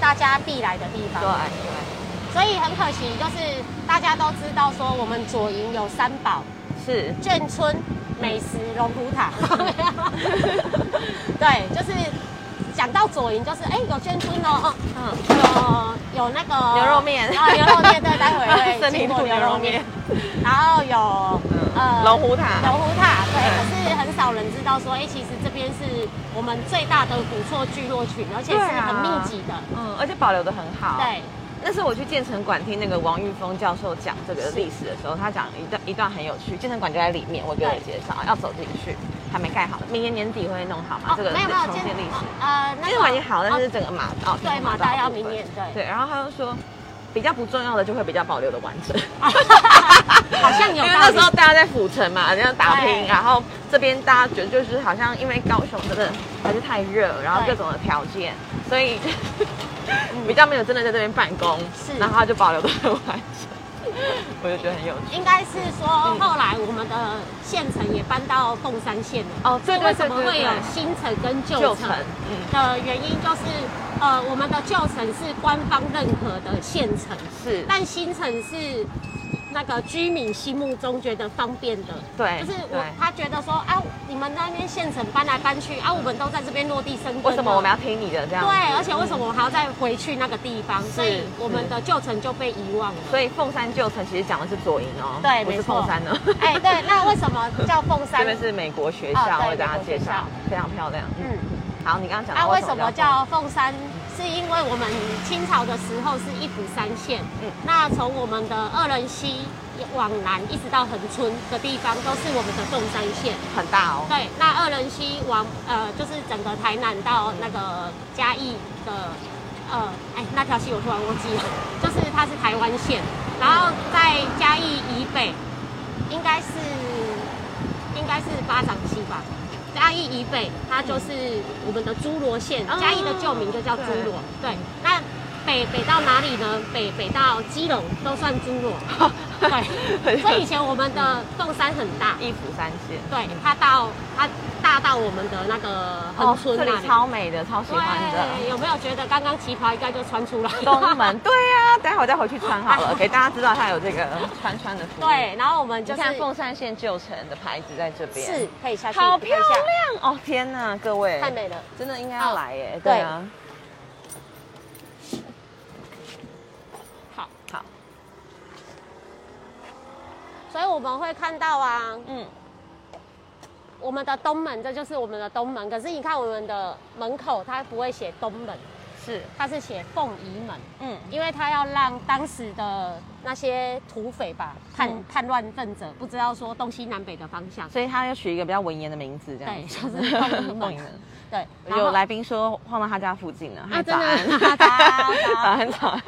[SPEAKER 2] 大家必来的地
[SPEAKER 1] 对
[SPEAKER 2] 方。
[SPEAKER 1] 对，
[SPEAKER 2] 所以很可惜，就是大家都知道说我们左营有三宝：
[SPEAKER 1] 是。
[SPEAKER 2] 眷村、美食、龙虎 塔。对，就是讲到左营，就是哎、有眷村哦，哦
[SPEAKER 1] 嗯，
[SPEAKER 2] 有有那个
[SPEAKER 1] 牛肉面
[SPEAKER 2] 啊，牛肉面对，待会 会
[SPEAKER 1] 森
[SPEAKER 2] 经
[SPEAKER 1] 林
[SPEAKER 2] 过
[SPEAKER 1] 兔牛肉面，，
[SPEAKER 2] 然后有
[SPEAKER 1] 嗯，龙虎塔，
[SPEAKER 2] 龙虎塔，对，
[SPEAKER 1] 嗯
[SPEAKER 2] 可是很少人知道说，哎、其实这边是我们最大的古厝聚落群，而且是
[SPEAKER 1] 对啊
[SPEAKER 2] 很密集的，
[SPEAKER 1] 嗯，而且保留的很好。
[SPEAKER 2] 对,、，
[SPEAKER 1] 那是我去建成馆听那个王玉峰教授讲这个历史的时候，他讲一段一段很有趣，建成馆就在里面，我给你介绍，要走进去，还没盖好，明年年底会弄好啊嘛？这个
[SPEAKER 2] 哦没有没有
[SPEAKER 1] 重建历史，
[SPEAKER 2] 呃，那
[SPEAKER 1] 建
[SPEAKER 2] 个
[SPEAKER 1] 成馆已经好，但是
[SPEAKER 2] 哦
[SPEAKER 1] 整个马道
[SPEAKER 2] 对马大要明年，
[SPEAKER 1] 对，
[SPEAKER 2] 对，
[SPEAKER 1] 然后他又说。比较不重要的就会比较保留的完整，
[SPEAKER 2] 哦 好像
[SPEAKER 1] 因
[SPEAKER 2] 有
[SPEAKER 1] 为
[SPEAKER 2] 道
[SPEAKER 1] 那时候
[SPEAKER 2] 理，
[SPEAKER 1] 大家在府城嘛，这样打拼，
[SPEAKER 2] 对
[SPEAKER 1] 然后这边大家觉得就是好像因为高雄真的还是太热，然后各种的条件，所 以比较没有真的在这边办公，
[SPEAKER 2] 嗯是
[SPEAKER 1] 然后他就保留的很完整。我就觉得很有趣。
[SPEAKER 2] 应该是说
[SPEAKER 1] 嗯
[SPEAKER 2] 后来我们的县城也搬到凤山县了。
[SPEAKER 1] 哦，
[SPEAKER 2] 所
[SPEAKER 1] 对
[SPEAKER 2] 以
[SPEAKER 1] 对
[SPEAKER 2] 为什
[SPEAKER 1] 对
[SPEAKER 2] 么
[SPEAKER 1] 对
[SPEAKER 2] 会有
[SPEAKER 1] 对，
[SPEAKER 2] 新城跟旧
[SPEAKER 1] 旧
[SPEAKER 2] 城
[SPEAKER 1] 城嗯
[SPEAKER 2] 的原因，就是呃，我们的旧城是官方认可的县城，
[SPEAKER 1] 是，
[SPEAKER 2] 但新城是那个居民心目中觉得方便的，
[SPEAKER 1] 对，
[SPEAKER 2] 就是我
[SPEAKER 1] 对。
[SPEAKER 2] 他觉得说啊，你们那边县城搬来搬去啊，我们都在这边落地生根了，
[SPEAKER 1] 为什么我们要听你的这样？
[SPEAKER 2] 对，而且为什么我还要再回去那个地方？所以我们的旧城就被遗忘了。
[SPEAKER 1] 所以凤山旧城其实讲的是左营哦，
[SPEAKER 2] 对
[SPEAKER 1] 不
[SPEAKER 2] 没
[SPEAKER 1] 是
[SPEAKER 2] 错
[SPEAKER 1] 凤山哦。
[SPEAKER 2] 哎，对，那为什么叫凤
[SPEAKER 1] 这
[SPEAKER 2] 山？
[SPEAKER 1] 边是美国学
[SPEAKER 2] 哦
[SPEAKER 1] 校，
[SPEAKER 2] 对
[SPEAKER 1] 我给大
[SPEAKER 2] 美
[SPEAKER 1] 家
[SPEAKER 2] 国
[SPEAKER 1] 介绍
[SPEAKER 2] 学校，
[SPEAKER 1] 非常漂亮。嗯，
[SPEAKER 2] 嗯，
[SPEAKER 1] 好，你刚刚讲
[SPEAKER 2] 啊，
[SPEAKER 1] 到
[SPEAKER 2] 为什么
[SPEAKER 1] 凤
[SPEAKER 2] 叫凤山？是因为我们清朝的时候是一府三县，
[SPEAKER 1] 嗯
[SPEAKER 2] 那从我们的二仁溪往南一直到恒春的地方，都是我们的凤山县。
[SPEAKER 1] 很大哦？
[SPEAKER 2] 对，那二仁溪往呃，就是整个台南到那个嘉义的，呃，哎，那条溪我突然忘记了，就是它是台湾线，然后在嘉义以北，应该是应该是巴掌溪吧。嘉义以北，它就是我们的侏罗县，
[SPEAKER 1] 哦
[SPEAKER 2] 嘉义的旧名就叫侏罗。对，那北北到哪里呢？北北到基隆都算侏罗。对，所以以前我们的凤山很大，
[SPEAKER 1] 一府三县。
[SPEAKER 2] 对，它到它大到我们的那个
[SPEAKER 1] 哦
[SPEAKER 2] 恒，春
[SPEAKER 1] 这
[SPEAKER 2] 那
[SPEAKER 1] 里
[SPEAKER 2] 里。
[SPEAKER 1] 超美的，超喜欢
[SPEAKER 2] 对，
[SPEAKER 1] 的。
[SPEAKER 2] 有没有觉得刚刚旗袍应该就穿出来了？
[SPEAKER 1] 东门，对呀、等一下我再回去穿好了，给大家知道它有这个穿穿的服务。，
[SPEAKER 2] 对，然后我们
[SPEAKER 1] 你
[SPEAKER 2] 就是
[SPEAKER 1] 看凤山县旧城的牌子在这边，
[SPEAKER 2] 是可以下去
[SPEAKER 1] 好
[SPEAKER 2] 看一
[SPEAKER 1] 漂
[SPEAKER 2] 下，
[SPEAKER 1] 亮哦！天哪，各位，
[SPEAKER 2] 太美了。哦
[SPEAKER 1] 真的应该要来耶。
[SPEAKER 2] 对
[SPEAKER 1] 对啊，
[SPEAKER 2] 好，
[SPEAKER 1] 好，
[SPEAKER 2] 所以我们会看到啊，
[SPEAKER 1] 嗯，
[SPEAKER 2] 我们的东门，这就是我们的东门。可是你看我们的门口，它不会写东门，
[SPEAKER 1] 是，
[SPEAKER 2] 它是写凤仪门。
[SPEAKER 1] 嗯，
[SPEAKER 2] 因为他要让当时的那些土匪吧、叛
[SPEAKER 1] 嗯
[SPEAKER 2] 叛乱分子不知道说东西南北的方向，
[SPEAKER 1] 所以他要取一个比较文言的名字，这样
[SPEAKER 2] 对，
[SPEAKER 1] 子。
[SPEAKER 2] 就是 凤仪
[SPEAKER 1] 凤仪
[SPEAKER 2] 门
[SPEAKER 1] 门。
[SPEAKER 2] 对，然后
[SPEAKER 1] 有来宾说晃到他家附近了，嗨
[SPEAKER 2] 啊
[SPEAKER 1] 早
[SPEAKER 2] 真 的
[SPEAKER 1] 安，
[SPEAKER 2] 啊早 安早
[SPEAKER 1] 早安，
[SPEAKER 2] 安
[SPEAKER 1] 早安。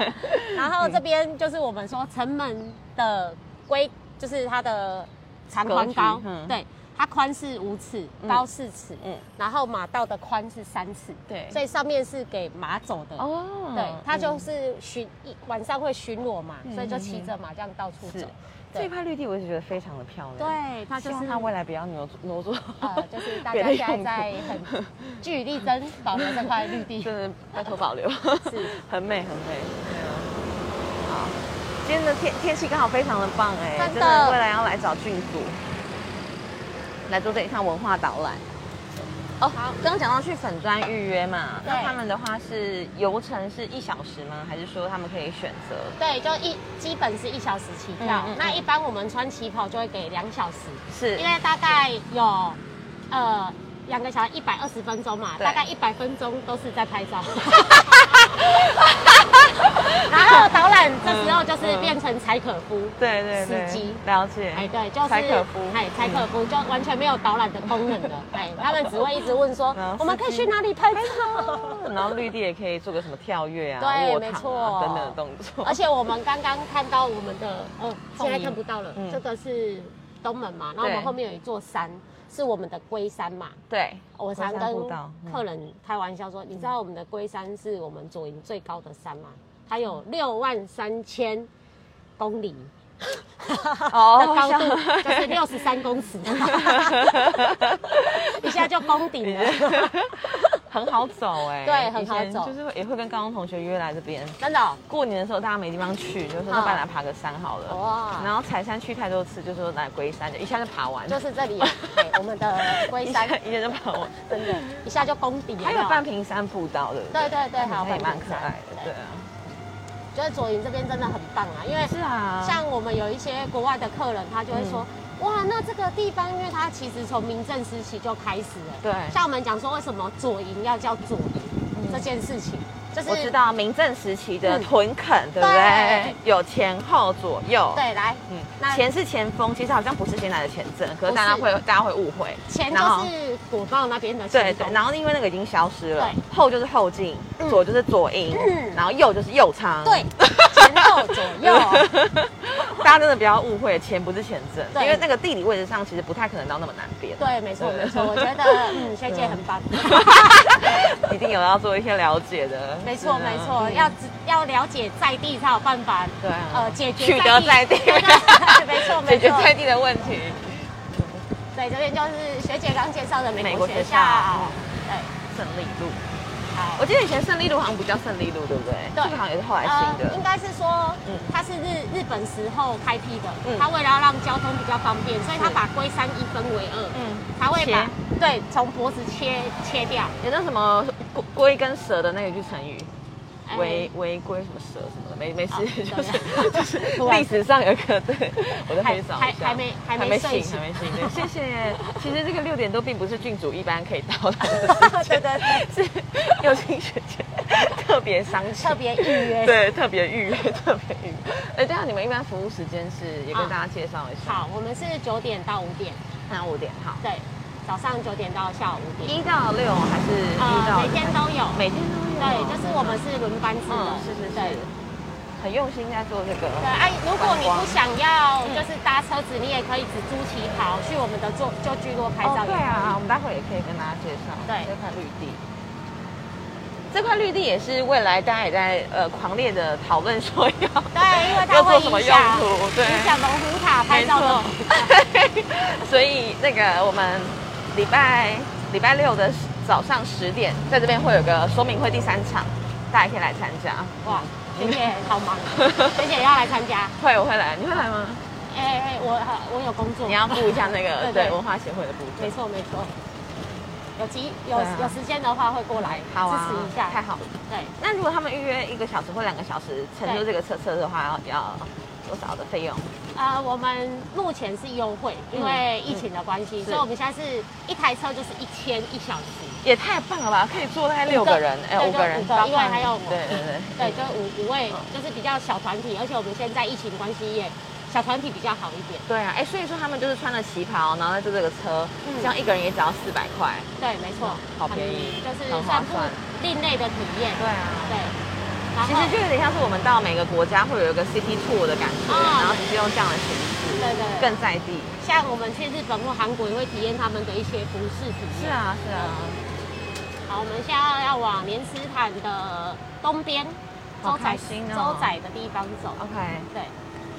[SPEAKER 2] 然后这边就是我们说城门的规，就是它的长宽
[SPEAKER 1] 格
[SPEAKER 2] 高
[SPEAKER 1] 局嗯，
[SPEAKER 2] 对，它宽是五尺，
[SPEAKER 1] 嗯
[SPEAKER 2] 高四尺，
[SPEAKER 1] 嗯
[SPEAKER 2] 然后马道的宽是三尺，
[SPEAKER 1] 对
[SPEAKER 2] 所以上面是给马走的。
[SPEAKER 1] 哦
[SPEAKER 2] 对，它就
[SPEAKER 1] 嗯
[SPEAKER 2] 是巡一晚上会巡逻嘛，
[SPEAKER 1] 嗯
[SPEAKER 2] 所以就
[SPEAKER 1] 嗯
[SPEAKER 2] 骑着马这样到处
[SPEAKER 1] 是
[SPEAKER 2] 走。
[SPEAKER 1] 嗯这一
[SPEAKER 2] 对
[SPEAKER 1] 块绿地，我也觉得非常的漂亮。
[SPEAKER 2] 对，它
[SPEAKER 1] 希
[SPEAKER 2] 就是
[SPEAKER 1] 望它未来不要挪挪作，
[SPEAKER 2] 呃， 就是大
[SPEAKER 1] 别
[SPEAKER 2] 家
[SPEAKER 1] 的
[SPEAKER 2] 现在
[SPEAKER 1] 用途
[SPEAKER 2] 在很据理力争保留这块 绿 地。
[SPEAKER 1] 真的拜托保留，
[SPEAKER 2] 是
[SPEAKER 1] 很美很美。对啊，好，今天的天天气刚好非常的棒哎，
[SPEAKER 2] 真的
[SPEAKER 1] 未来要来找郡主来做这一趟文化导览。哦，
[SPEAKER 2] 好
[SPEAKER 1] 刚刚讲到去粉砖预约嘛，那
[SPEAKER 2] 对
[SPEAKER 1] 他们的话是游程是一小时吗？还是说他们可以选择？
[SPEAKER 2] 对，就一基本是一小时起跳，
[SPEAKER 1] 嗯嗯嗯
[SPEAKER 2] 那一般我们穿旗袍就会给两小时，
[SPEAKER 1] 是
[SPEAKER 2] 因为大概有呃两个小时一百二十分钟嘛，
[SPEAKER 1] 对
[SPEAKER 2] 大概一百分钟都是在 拍照。然后导览这时候就是
[SPEAKER 1] 嗯嗯
[SPEAKER 2] 变成柴可夫，
[SPEAKER 1] 对对对，
[SPEAKER 2] 司机
[SPEAKER 1] 了解。
[SPEAKER 2] 哎，对，就是
[SPEAKER 1] 嗯柴可夫嗯
[SPEAKER 2] 哎，柴可夫就完全没有导览的功能了，哎，他们只会一直问 说
[SPEAKER 1] 然后，
[SPEAKER 2] 我们
[SPEAKER 1] 司
[SPEAKER 2] 可以
[SPEAKER 1] 机
[SPEAKER 2] 去哪里拍照？
[SPEAKER 1] 嗯然后绿地也可以做个什么跳跃啊、
[SPEAKER 2] 对
[SPEAKER 1] 卧
[SPEAKER 2] 没
[SPEAKER 1] 躺啊
[SPEAKER 2] 错
[SPEAKER 1] 等等的动作。
[SPEAKER 2] 而且我们刚刚看到我们的，呃，
[SPEAKER 1] 凤
[SPEAKER 2] 现
[SPEAKER 1] 仪
[SPEAKER 2] 在看不到了，
[SPEAKER 1] 嗯
[SPEAKER 2] 这个是东门嘛，然后我
[SPEAKER 1] 对
[SPEAKER 2] 们后面有一座山，是我们的龟山嘛。
[SPEAKER 1] 对，
[SPEAKER 2] 我常
[SPEAKER 1] 龟
[SPEAKER 2] 跟
[SPEAKER 1] 山步道嗯
[SPEAKER 2] 客人开玩笑说，你知道我们的龟山是我们左营最高的山吗？它有六万三千公里。
[SPEAKER 1] 哦
[SPEAKER 2] 的高度
[SPEAKER 1] 像
[SPEAKER 2] 就是六十三 公尺，一下就攻顶了。
[SPEAKER 1] 很好走哎、
[SPEAKER 2] 对很
[SPEAKER 1] 以
[SPEAKER 2] 好
[SPEAKER 1] 前
[SPEAKER 2] 走
[SPEAKER 1] 就是也会跟高中同学约来这边。
[SPEAKER 2] 真的哦、
[SPEAKER 1] 过年的时候大家没地方去，就说那
[SPEAKER 2] 嗯
[SPEAKER 1] 不然来爬个山好了。
[SPEAKER 2] 哇
[SPEAKER 1] 然后踩山去太多次，就说来龟山，就一下就爬完，
[SPEAKER 2] 就是这里、 啊，对，我们的龟
[SPEAKER 1] 一
[SPEAKER 2] 山
[SPEAKER 1] 下 一下就爬完。
[SPEAKER 2] 真的，一下就攻顶了。
[SPEAKER 1] 还有半屏山步道，对不对？
[SPEAKER 2] 对对对，还有
[SPEAKER 1] 那
[SPEAKER 2] 半
[SPEAKER 1] 也蛮
[SPEAKER 2] 屏
[SPEAKER 1] 可
[SPEAKER 2] 山
[SPEAKER 1] 爱的，对。啊。
[SPEAKER 2] 觉得左营这边真的很棒啊，因为
[SPEAKER 1] 是啊，
[SPEAKER 2] 像我们有一些国外的客人，他就会说，
[SPEAKER 1] 嗯
[SPEAKER 2] 哇，那这个地方，因为它其实从民政时期就开始了。
[SPEAKER 1] 对嗯
[SPEAKER 2] 像我们讲说，为什么左营要叫左营、这件事情，就是
[SPEAKER 1] 我知道明正时期的
[SPEAKER 2] 嗯
[SPEAKER 1] 屯垦，对不对
[SPEAKER 2] 对？
[SPEAKER 1] 有前后左右，
[SPEAKER 2] 对来。
[SPEAKER 1] 嗯，
[SPEAKER 2] 那
[SPEAKER 1] 钱是前锋，其实好像不是现在的前阵，可是大家
[SPEAKER 2] 不
[SPEAKER 1] 会大家会误会。
[SPEAKER 2] 钱
[SPEAKER 1] 然
[SPEAKER 2] 就
[SPEAKER 1] 后
[SPEAKER 2] 是果报那边的
[SPEAKER 1] 对
[SPEAKER 2] 钱
[SPEAKER 1] 对，然后因为那个已经消失了，
[SPEAKER 2] 对
[SPEAKER 1] 后就是后进，
[SPEAKER 2] 嗯
[SPEAKER 1] 左就是左营，
[SPEAKER 2] 嗯
[SPEAKER 1] 然后右就是右仓。
[SPEAKER 2] 对，前后左右，
[SPEAKER 1] 大家真的不要误会，钱不是前阵，
[SPEAKER 2] 对
[SPEAKER 1] 因为那个地理位置上其实不太可能到那么南边。
[SPEAKER 2] 对，没错
[SPEAKER 1] 对
[SPEAKER 2] 没错，我觉得嗯，学姐很棒，
[SPEAKER 1] 一定有要做一些了解的。
[SPEAKER 2] 没错
[SPEAKER 1] 是啊
[SPEAKER 2] 没错，
[SPEAKER 1] 嗯
[SPEAKER 2] 要知要了解在地才有办法
[SPEAKER 1] 对啊
[SPEAKER 2] 呃解决
[SPEAKER 1] 取得在地，
[SPEAKER 2] 对 对对没错
[SPEAKER 1] 解
[SPEAKER 2] 没
[SPEAKER 1] 决
[SPEAKER 2] 错。
[SPEAKER 1] 在地的问题。
[SPEAKER 2] 对，这边就是学姐刚介绍的美
[SPEAKER 1] 美
[SPEAKER 2] 国
[SPEAKER 1] 国
[SPEAKER 2] 学
[SPEAKER 1] 学
[SPEAKER 2] 校
[SPEAKER 1] 校。嗯
[SPEAKER 2] 对，
[SPEAKER 1] 胜利路，
[SPEAKER 2] 好
[SPEAKER 1] 我。记得以前胜利路好像不叫胜利路，对不对？
[SPEAKER 2] 对
[SPEAKER 1] 这个好像也是后来新
[SPEAKER 2] 呃
[SPEAKER 1] 的。
[SPEAKER 2] 应该是说
[SPEAKER 1] 嗯，
[SPEAKER 2] 它是日日本时候开辟的，
[SPEAKER 1] 嗯
[SPEAKER 2] 它为了要让交通比较方便，所以它
[SPEAKER 1] 是
[SPEAKER 2] 把龟山一分为二，
[SPEAKER 1] 嗯，
[SPEAKER 2] 它会把
[SPEAKER 1] 切
[SPEAKER 2] 对从脖子切切掉，
[SPEAKER 1] 有那什么龟龟跟蛇的那个一句成语，
[SPEAKER 2] 哎
[SPEAKER 1] 违违规什么蛇什么的，没没事
[SPEAKER 2] 哦，
[SPEAKER 1] 就是
[SPEAKER 2] 懂了
[SPEAKER 1] 就是
[SPEAKER 2] 突然
[SPEAKER 1] 历史上有一个对，我再
[SPEAKER 2] 还
[SPEAKER 1] 去找
[SPEAKER 2] 还
[SPEAKER 1] 一下。
[SPEAKER 2] 还没还没睡
[SPEAKER 1] 醒，
[SPEAKER 2] 醒
[SPEAKER 1] 还没醒。 对，谢谢。其实这个六点多并不是郡主一般可以到 达的时
[SPEAKER 2] 对
[SPEAKER 1] 间，
[SPEAKER 2] 对
[SPEAKER 1] 是六亲学姐特别伤心
[SPEAKER 2] 特。别预约。
[SPEAKER 1] 对，特别预约，特别预约。哎，对啊，你们一般服务时间是也跟大家介绍一下，
[SPEAKER 2] 嗯好，我们是九点到五点，
[SPEAKER 1] 下午五点好，
[SPEAKER 2] 对，早上九点到下午五点，
[SPEAKER 1] 一到六还是一
[SPEAKER 2] 呃，
[SPEAKER 1] 到
[SPEAKER 2] 每天都有，
[SPEAKER 1] 每天都有，
[SPEAKER 2] 对，就是我们是轮班制的
[SPEAKER 1] 嗯，，是是
[SPEAKER 2] 对
[SPEAKER 1] 是，很用心在做这个。
[SPEAKER 2] 对，哎、如果你不想要
[SPEAKER 1] 嗯
[SPEAKER 2] 就是搭车子，你也可以只租旗袍去我们的就就聚落拍
[SPEAKER 1] 哦
[SPEAKER 2] 照、，
[SPEAKER 1] 对啊，我，们待会也可以跟大家介绍
[SPEAKER 2] 对
[SPEAKER 1] 这块绿地。这块绿地也是未来大家也在呃狂烈的讨论说要
[SPEAKER 2] 对，因为它
[SPEAKER 1] 要
[SPEAKER 2] 会
[SPEAKER 1] 做什么
[SPEAKER 2] 影
[SPEAKER 1] 用
[SPEAKER 2] 响
[SPEAKER 1] 途，对，
[SPEAKER 2] 影响龙虎塔 拍照的。
[SPEAKER 1] 没错 所以那个我们礼拜礼拜六的早上十点，在这边会有个说明会第三场，大家可以来参加。
[SPEAKER 2] 哇，学姐 好忙，学姐要来参加。
[SPEAKER 1] 会，我会来，你会来吗？
[SPEAKER 2] 哎、哎我我有工作，
[SPEAKER 1] 你要布一下那
[SPEAKER 2] 对
[SPEAKER 1] 个
[SPEAKER 2] 对
[SPEAKER 1] 对文化协会的部
[SPEAKER 2] 没
[SPEAKER 1] 分。
[SPEAKER 2] 错没错。有机有、
[SPEAKER 1] 对啊
[SPEAKER 2] 有时间的话会过来
[SPEAKER 1] 好啊，
[SPEAKER 2] 支持一下。
[SPEAKER 1] 太好了。
[SPEAKER 2] 对，
[SPEAKER 1] 那如果他们预约一个小时或两个小时乘坐这个车车的话，要要多少的费用？
[SPEAKER 2] 呃，我们目前是优惠，因为疫情的关系，所以我们现在是一台车就是一千一小时。
[SPEAKER 1] 也太棒了吧！可以坐大概六
[SPEAKER 2] 个
[SPEAKER 1] 个人，哎，
[SPEAKER 2] 对
[SPEAKER 1] 五
[SPEAKER 2] 就
[SPEAKER 1] 个人
[SPEAKER 2] 五，
[SPEAKER 1] 包
[SPEAKER 2] 个
[SPEAKER 1] 括
[SPEAKER 2] 因为还有我
[SPEAKER 1] 对对对。
[SPEAKER 2] 对，就五五位，就是比较小团体，而且我们现在疫情关系也小团体比较好一点。
[SPEAKER 1] 对啊，哎，所以说他们就是穿了旗袍，然后再坐这个车
[SPEAKER 2] 嗯，
[SPEAKER 1] 这样一个人也只要四百块。
[SPEAKER 2] 对，没错，
[SPEAKER 1] 嗯好便宜
[SPEAKER 2] 就是
[SPEAKER 1] 很划
[SPEAKER 2] 算不
[SPEAKER 1] 算
[SPEAKER 2] 另类的体验。
[SPEAKER 1] 对啊，
[SPEAKER 2] 对，然
[SPEAKER 1] 其
[SPEAKER 2] 后
[SPEAKER 1] 实就有点像是我们到每个国家会有一个 city tour 的感觉，
[SPEAKER 2] 啊
[SPEAKER 1] 然后只是用这样的形式，
[SPEAKER 2] 对对
[SPEAKER 1] 更在地。
[SPEAKER 2] 像我们去日本或韩国也会体验他们的一些服饰
[SPEAKER 1] 是。
[SPEAKER 2] 体验。
[SPEAKER 1] 啊，是啊。
[SPEAKER 2] 好，我们现在要往莲池潭的东边，
[SPEAKER 1] 好
[SPEAKER 2] 洲仔
[SPEAKER 1] 开心哦
[SPEAKER 2] 洲仔的地方走。
[SPEAKER 1] OK，
[SPEAKER 2] 对，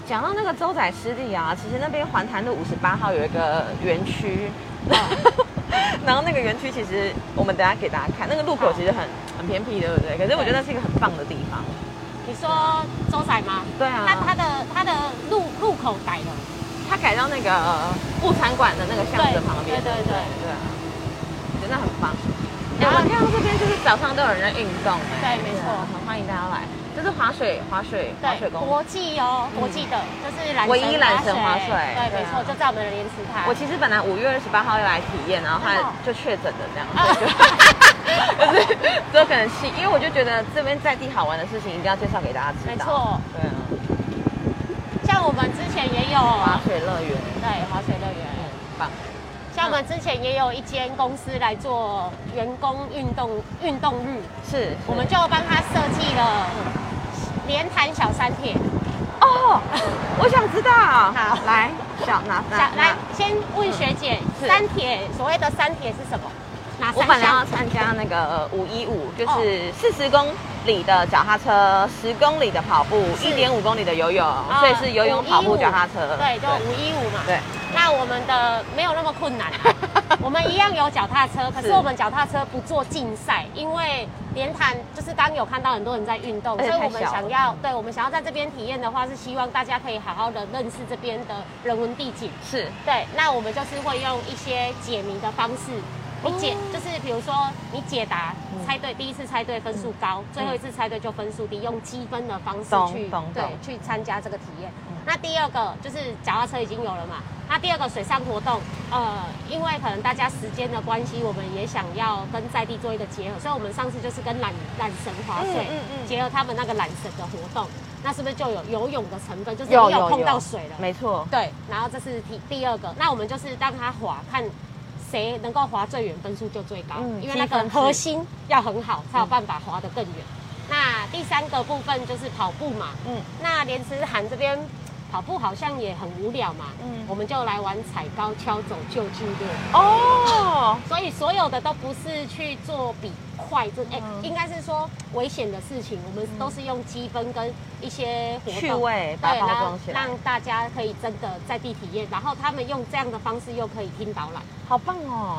[SPEAKER 1] 讲到那个洲仔湿地啊，其实那边环潭路五十八号有一个园区，哦 然后那个园区其实我们等一下给大家看，那个路口其实很很偏僻，对不对？可是我觉得那是一个很棒的地方。
[SPEAKER 2] 你说洲仔吗？
[SPEAKER 1] 对啊，
[SPEAKER 2] 它它的它的路路口改了。
[SPEAKER 1] 它改到那个呃物产馆的那个巷子
[SPEAKER 2] 对
[SPEAKER 1] 旁边，
[SPEAKER 2] 对对对
[SPEAKER 1] 对啊，真的很棒。哎、我
[SPEAKER 2] 然后
[SPEAKER 1] 们看到这边就是早上都有人在运动、哎，
[SPEAKER 2] 对没错
[SPEAKER 1] 啊很欢迎大家来。这是滑水滑水滑水
[SPEAKER 2] 对，
[SPEAKER 1] 公
[SPEAKER 2] 国际哦，国际的，就是缆
[SPEAKER 1] 唯一缆
[SPEAKER 2] 绳
[SPEAKER 1] 绳滑
[SPEAKER 2] 滑水
[SPEAKER 1] 水
[SPEAKER 2] 对，
[SPEAKER 1] 对啊
[SPEAKER 2] 没错，就在我们的莲池潭。
[SPEAKER 1] 我其实本来五月二十八号要来体验，然后后来
[SPEAKER 2] 真的哦
[SPEAKER 1] 就确诊了这样
[SPEAKER 2] 啊
[SPEAKER 1] 子，就就是之后可能去，因为我就觉得这边在地好玩的事情一定要介绍给大家知道。
[SPEAKER 2] 没错，
[SPEAKER 1] 对啊，
[SPEAKER 2] 像我们之前也有
[SPEAKER 1] 滑水乐园，
[SPEAKER 2] 对滑水乐园
[SPEAKER 1] 嗯，，棒，
[SPEAKER 2] 像我们之前也有一间公司来做员工运动运动日，
[SPEAKER 1] 是，是
[SPEAKER 2] 我们就帮他设计了
[SPEAKER 1] 嗯
[SPEAKER 2] 连潭小山铁。
[SPEAKER 1] 哦，我想知道，
[SPEAKER 2] 好
[SPEAKER 1] 来小拿
[SPEAKER 2] 小
[SPEAKER 1] 拿
[SPEAKER 2] 来
[SPEAKER 1] 拿，，
[SPEAKER 2] 先问学姐，
[SPEAKER 1] 嗯是
[SPEAKER 2] 山铁所谓的山铁是什么？哪
[SPEAKER 1] 我
[SPEAKER 2] 啊三哦
[SPEAKER 1] 本来要
[SPEAKER 2] 项？
[SPEAKER 1] 参加那个五一五，就是四十公里的脚踏车，十公里的跑步，
[SPEAKER 2] 是
[SPEAKER 1] 一点五公里的游泳，
[SPEAKER 2] 啊
[SPEAKER 1] 哦所以是游泳、跑步、
[SPEAKER 2] 515
[SPEAKER 1] 脚踏车。
[SPEAKER 2] 对，就五一五嘛。
[SPEAKER 1] 对，
[SPEAKER 2] 那我们的没有那么困 难，我们一样有脚踏车，可是
[SPEAKER 1] 是
[SPEAKER 2] 我们脚踏车不做竞赛，因为连潭就是刚有看到很多人在运动，
[SPEAKER 1] 而
[SPEAKER 2] 所
[SPEAKER 1] 且
[SPEAKER 2] 以我们
[SPEAKER 1] 太小
[SPEAKER 2] 想
[SPEAKER 1] 了
[SPEAKER 2] 要，对我们想要在这边体验的话，是希望大家可以好好的认识这边的人文地景。
[SPEAKER 1] 是
[SPEAKER 2] 对，那我们就是会用一些解谜的方式，你解、
[SPEAKER 1] 哦
[SPEAKER 2] 就是比如说你解答
[SPEAKER 1] 嗯
[SPEAKER 2] 猜对，第一次猜对分数高，最后一次猜对就分数低，用积分的方式
[SPEAKER 1] 懂
[SPEAKER 2] 去
[SPEAKER 1] 懂
[SPEAKER 2] 对
[SPEAKER 1] 懂嗯
[SPEAKER 2] 去参加这个体验。那第二个就是脚踏车已经有了嘛，那第二个水上活动，呃，因为可能大家时间的关系，我们也想要跟在地做一个结合，所以我们上次就是跟缆缆绳划水、
[SPEAKER 1] 嗯嗯嗯
[SPEAKER 2] 结合他们那个缆绳的活动，那是不是就有游泳的成分，就是
[SPEAKER 1] 有
[SPEAKER 2] 没有
[SPEAKER 1] 有
[SPEAKER 2] 碰到
[SPEAKER 1] 有
[SPEAKER 2] 水了？
[SPEAKER 1] 没错。
[SPEAKER 2] 对，然后这是第第二个，那我们就是让他滑，看谁能够滑最远，分数就最高，
[SPEAKER 1] 嗯
[SPEAKER 2] 因为那
[SPEAKER 1] 积分
[SPEAKER 2] 个
[SPEAKER 1] 制
[SPEAKER 2] 核心要很好，才有办法滑得更远。那第三个部分就是跑步嘛，
[SPEAKER 1] 嗯
[SPEAKER 2] 那莲池潭这边跑步好像也很无聊嘛，
[SPEAKER 1] 嗯
[SPEAKER 2] 我们就来玩踩高跷走旧纪录。
[SPEAKER 1] 哦，哦，
[SPEAKER 2] 所以所有的都不是去做比快，这哎、
[SPEAKER 1] 嗯
[SPEAKER 2] 应该是说危险的事情，我们都是用积分跟一些活动
[SPEAKER 1] 趣味把它
[SPEAKER 2] 对，
[SPEAKER 1] 包
[SPEAKER 2] 然后
[SPEAKER 1] 装起来
[SPEAKER 2] 让，大家可以真的在地体验，然后他们用这样的方式又可以听导览，
[SPEAKER 1] 好棒哦！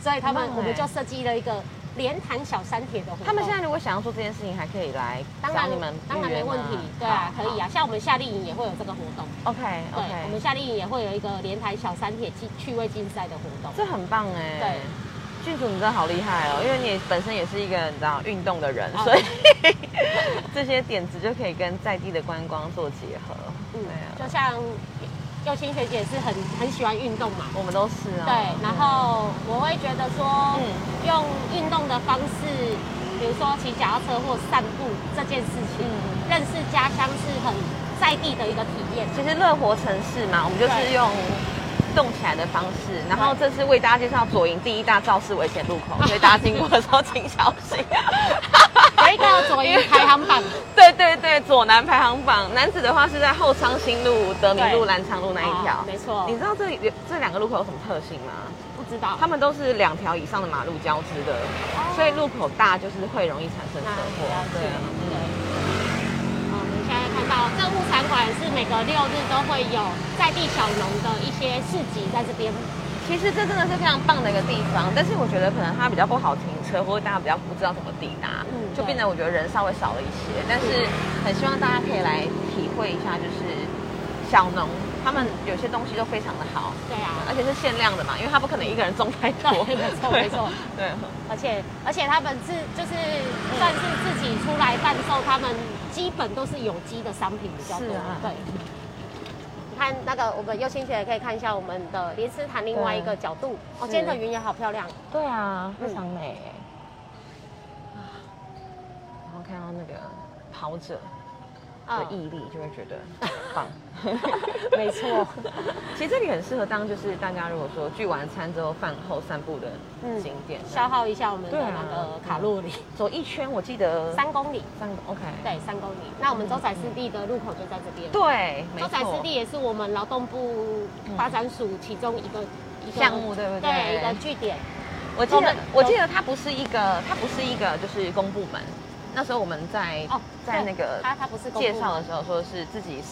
[SPEAKER 2] 所以他们
[SPEAKER 1] 很棒哎
[SPEAKER 2] 我们就设计了一个连潭小山铁的活 动。
[SPEAKER 1] 他们现在如果想要做这件事情，还可以来
[SPEAKER 2] 当
[SPEAKER 1] 找
[SPEAKER 2] 然
[SPEAKER 1] 你们预约吗
[SPEAKER 2] 当然没问题，对啊，
[SPEAKER 1] 好
[SPEAKER 2] 可以啊，像我们夏令营也会有这个活动，
[SPEAKER 1] 好 OK
[SPEAKER 2] 对，我
[SPEAKER 1] OK，
[SPEAKER 2] 们夏令营也会有一个连潭小山铁趣趣味竞赛的活动。
[SPEAKER 1] 这很棒哎。
[SPEAKER 2] 对，
[SPEAKER 1] 剧组你真的好厉害哦，因为你也本身也是一个你知道运动的人，
[SPEAKER 2] 啊
[SPEAKER 1] 所以 这些点子就可以跟在地的观光做结合。
[SPEAKER 2] 嗯
[SPEAKER 1] 对，啊，
[SPEAKER 2] 就像幼青学姐是很很喜欢运动嘛，
[SPEAKER 1] 我们都是啊。
[SPEAKER 2] 对，然后我会觉得说，
[SPEAKER 1] 嗯
[SPEAKER 2] 用运动的方式，比如说骑脚踏车或散步这件事情，
[SPEAKER 1] 嗯
[SPEAKER 2] 认识家乡是很在地的一个体 验。
[SPEAKER 1] 其实乐活城市嘛，我们就是
[SPEAKER 2] 对
[SPEAKER 1] 用动起来的方式，然后这次为大家介绍左营第一大肇事危险路 口，所以大家经过的时候请小心。
[SPEAKER 2] 有一个左营排行榜，
[SPEAKER 1] 对对对，左南排行榜，男子的话是在后昌新路、德明路、
[SPEAKER 2] 对
[SPEAKER 1] 南昌路那一条
[SPEAKER 2] 哦。没错
[SPEAKER 1] 你知道这里这两个路口有什么特性吗？
[SPEAKER 2] 不知道
[SPEAKER 1] 他们都是两条以上的马路交织的，所以路口大就是会容易产生车
[SPEAKER 2] 那
[SPEAKER 1] 祸哦
[SPEAKER 2] 了。解
[SPEAKER 1] 对啊，
[SPEAKER 2] 对。哦我们现在看到政务场馆是每个六日都会有在地小农的一些市集在这边
[SPEAKER 1] 其实这真的是非常棒的一个地方，但是我觉得可能它比较不好停车，或者大家比较不知道怎么抵达，
[SPEAKER 2] 嗯
[SPEAKER 1] 就变得我觉得人稍微少了一些。但是很希望大家可以来体会一下，就是小农他们有些东西都非常的好，
[SPEAKER 2] 对啊，
[SPEAKER 1] 而且是限量的嘛，因为他不可能一个人种太多。
[SPEAKER 2] 对没错
[SPEAKER 1] 对
[SPEAKER 2] 没错，
[SPEAKER 1] 对。
[SPEAKER 2] 而且而且他们自就是
[SPEAKER 1] 嗯
[SPEAKER 2] 算是自己出来贩售，他们基本都是有机的商品比较多。
[SPEAKER 1] 是啊
[SPEAKER 2] 对。你看那个，我们优先学也可以看一下我们的莲池潭另外一个角度。
[SPEAKER 1] 啊
[SPEAKER 2] 哦，
[SPEAKER 1] 是
[SPEAKER 2] 今天的云也好漂亮。
[SPEAKER 1] 对啊，
[SPEAKER 2] 嗯
[SPEAKER 1] 非常美耶、啊然后看到那个跑者的
[SPEAKER 2] 嗯，。
[SPEAKER 1] 毅力，就会觉得很棒
[SPEAKER 2] 没错，
[SPEAKER 1] 其实这里很适合当就是大家如果说聚完餐之后饭后散步的
[SPEAKER 2] 嗯
[SPEAKER 1] 景点。
[SPEAKER 2] 消耗一下我们的
[SPEAKER 1] 对啊
[SPEAKER 2] 那个卡路里，
[SPEAKER 1] 走一圈，我记得
[SPEAKER 2] 三公里。
[SPEAKER 1] 三个 OK。
[SPEAKER 2] 对，三公里。那我们洲仔湿地的入口就在这边。
[SPEAKER 1] 对，没
[SPEAKER 2] 洲仔湿
[SPEAKER 1] 错
[SPEAKER 2] 地。也是我们劳动部发展署其中一个一个
[SPEAKER 1] 项目对不对
[SPEAKER 2] 对，一个据点。
[SPEAKER 1] 我记
[SPEAKER 2] 我
[SPEAKER 1] 得
[SPEAKER 2] 们
[SPEAKER 1] 我记得它不是一个，它不是一个就是公部门。那时候我们在
[SPEAKER 2] 哦
[SPEAKER 1] 在
[SPEAKER 2] 对
[SPEAKER 1] 那个
[SPEAKER 2] 它它不是公部
[SPEAKER 1] 介
[SPEAKER 2] 门
[SPEAKER 1] 绍的时候，说是自己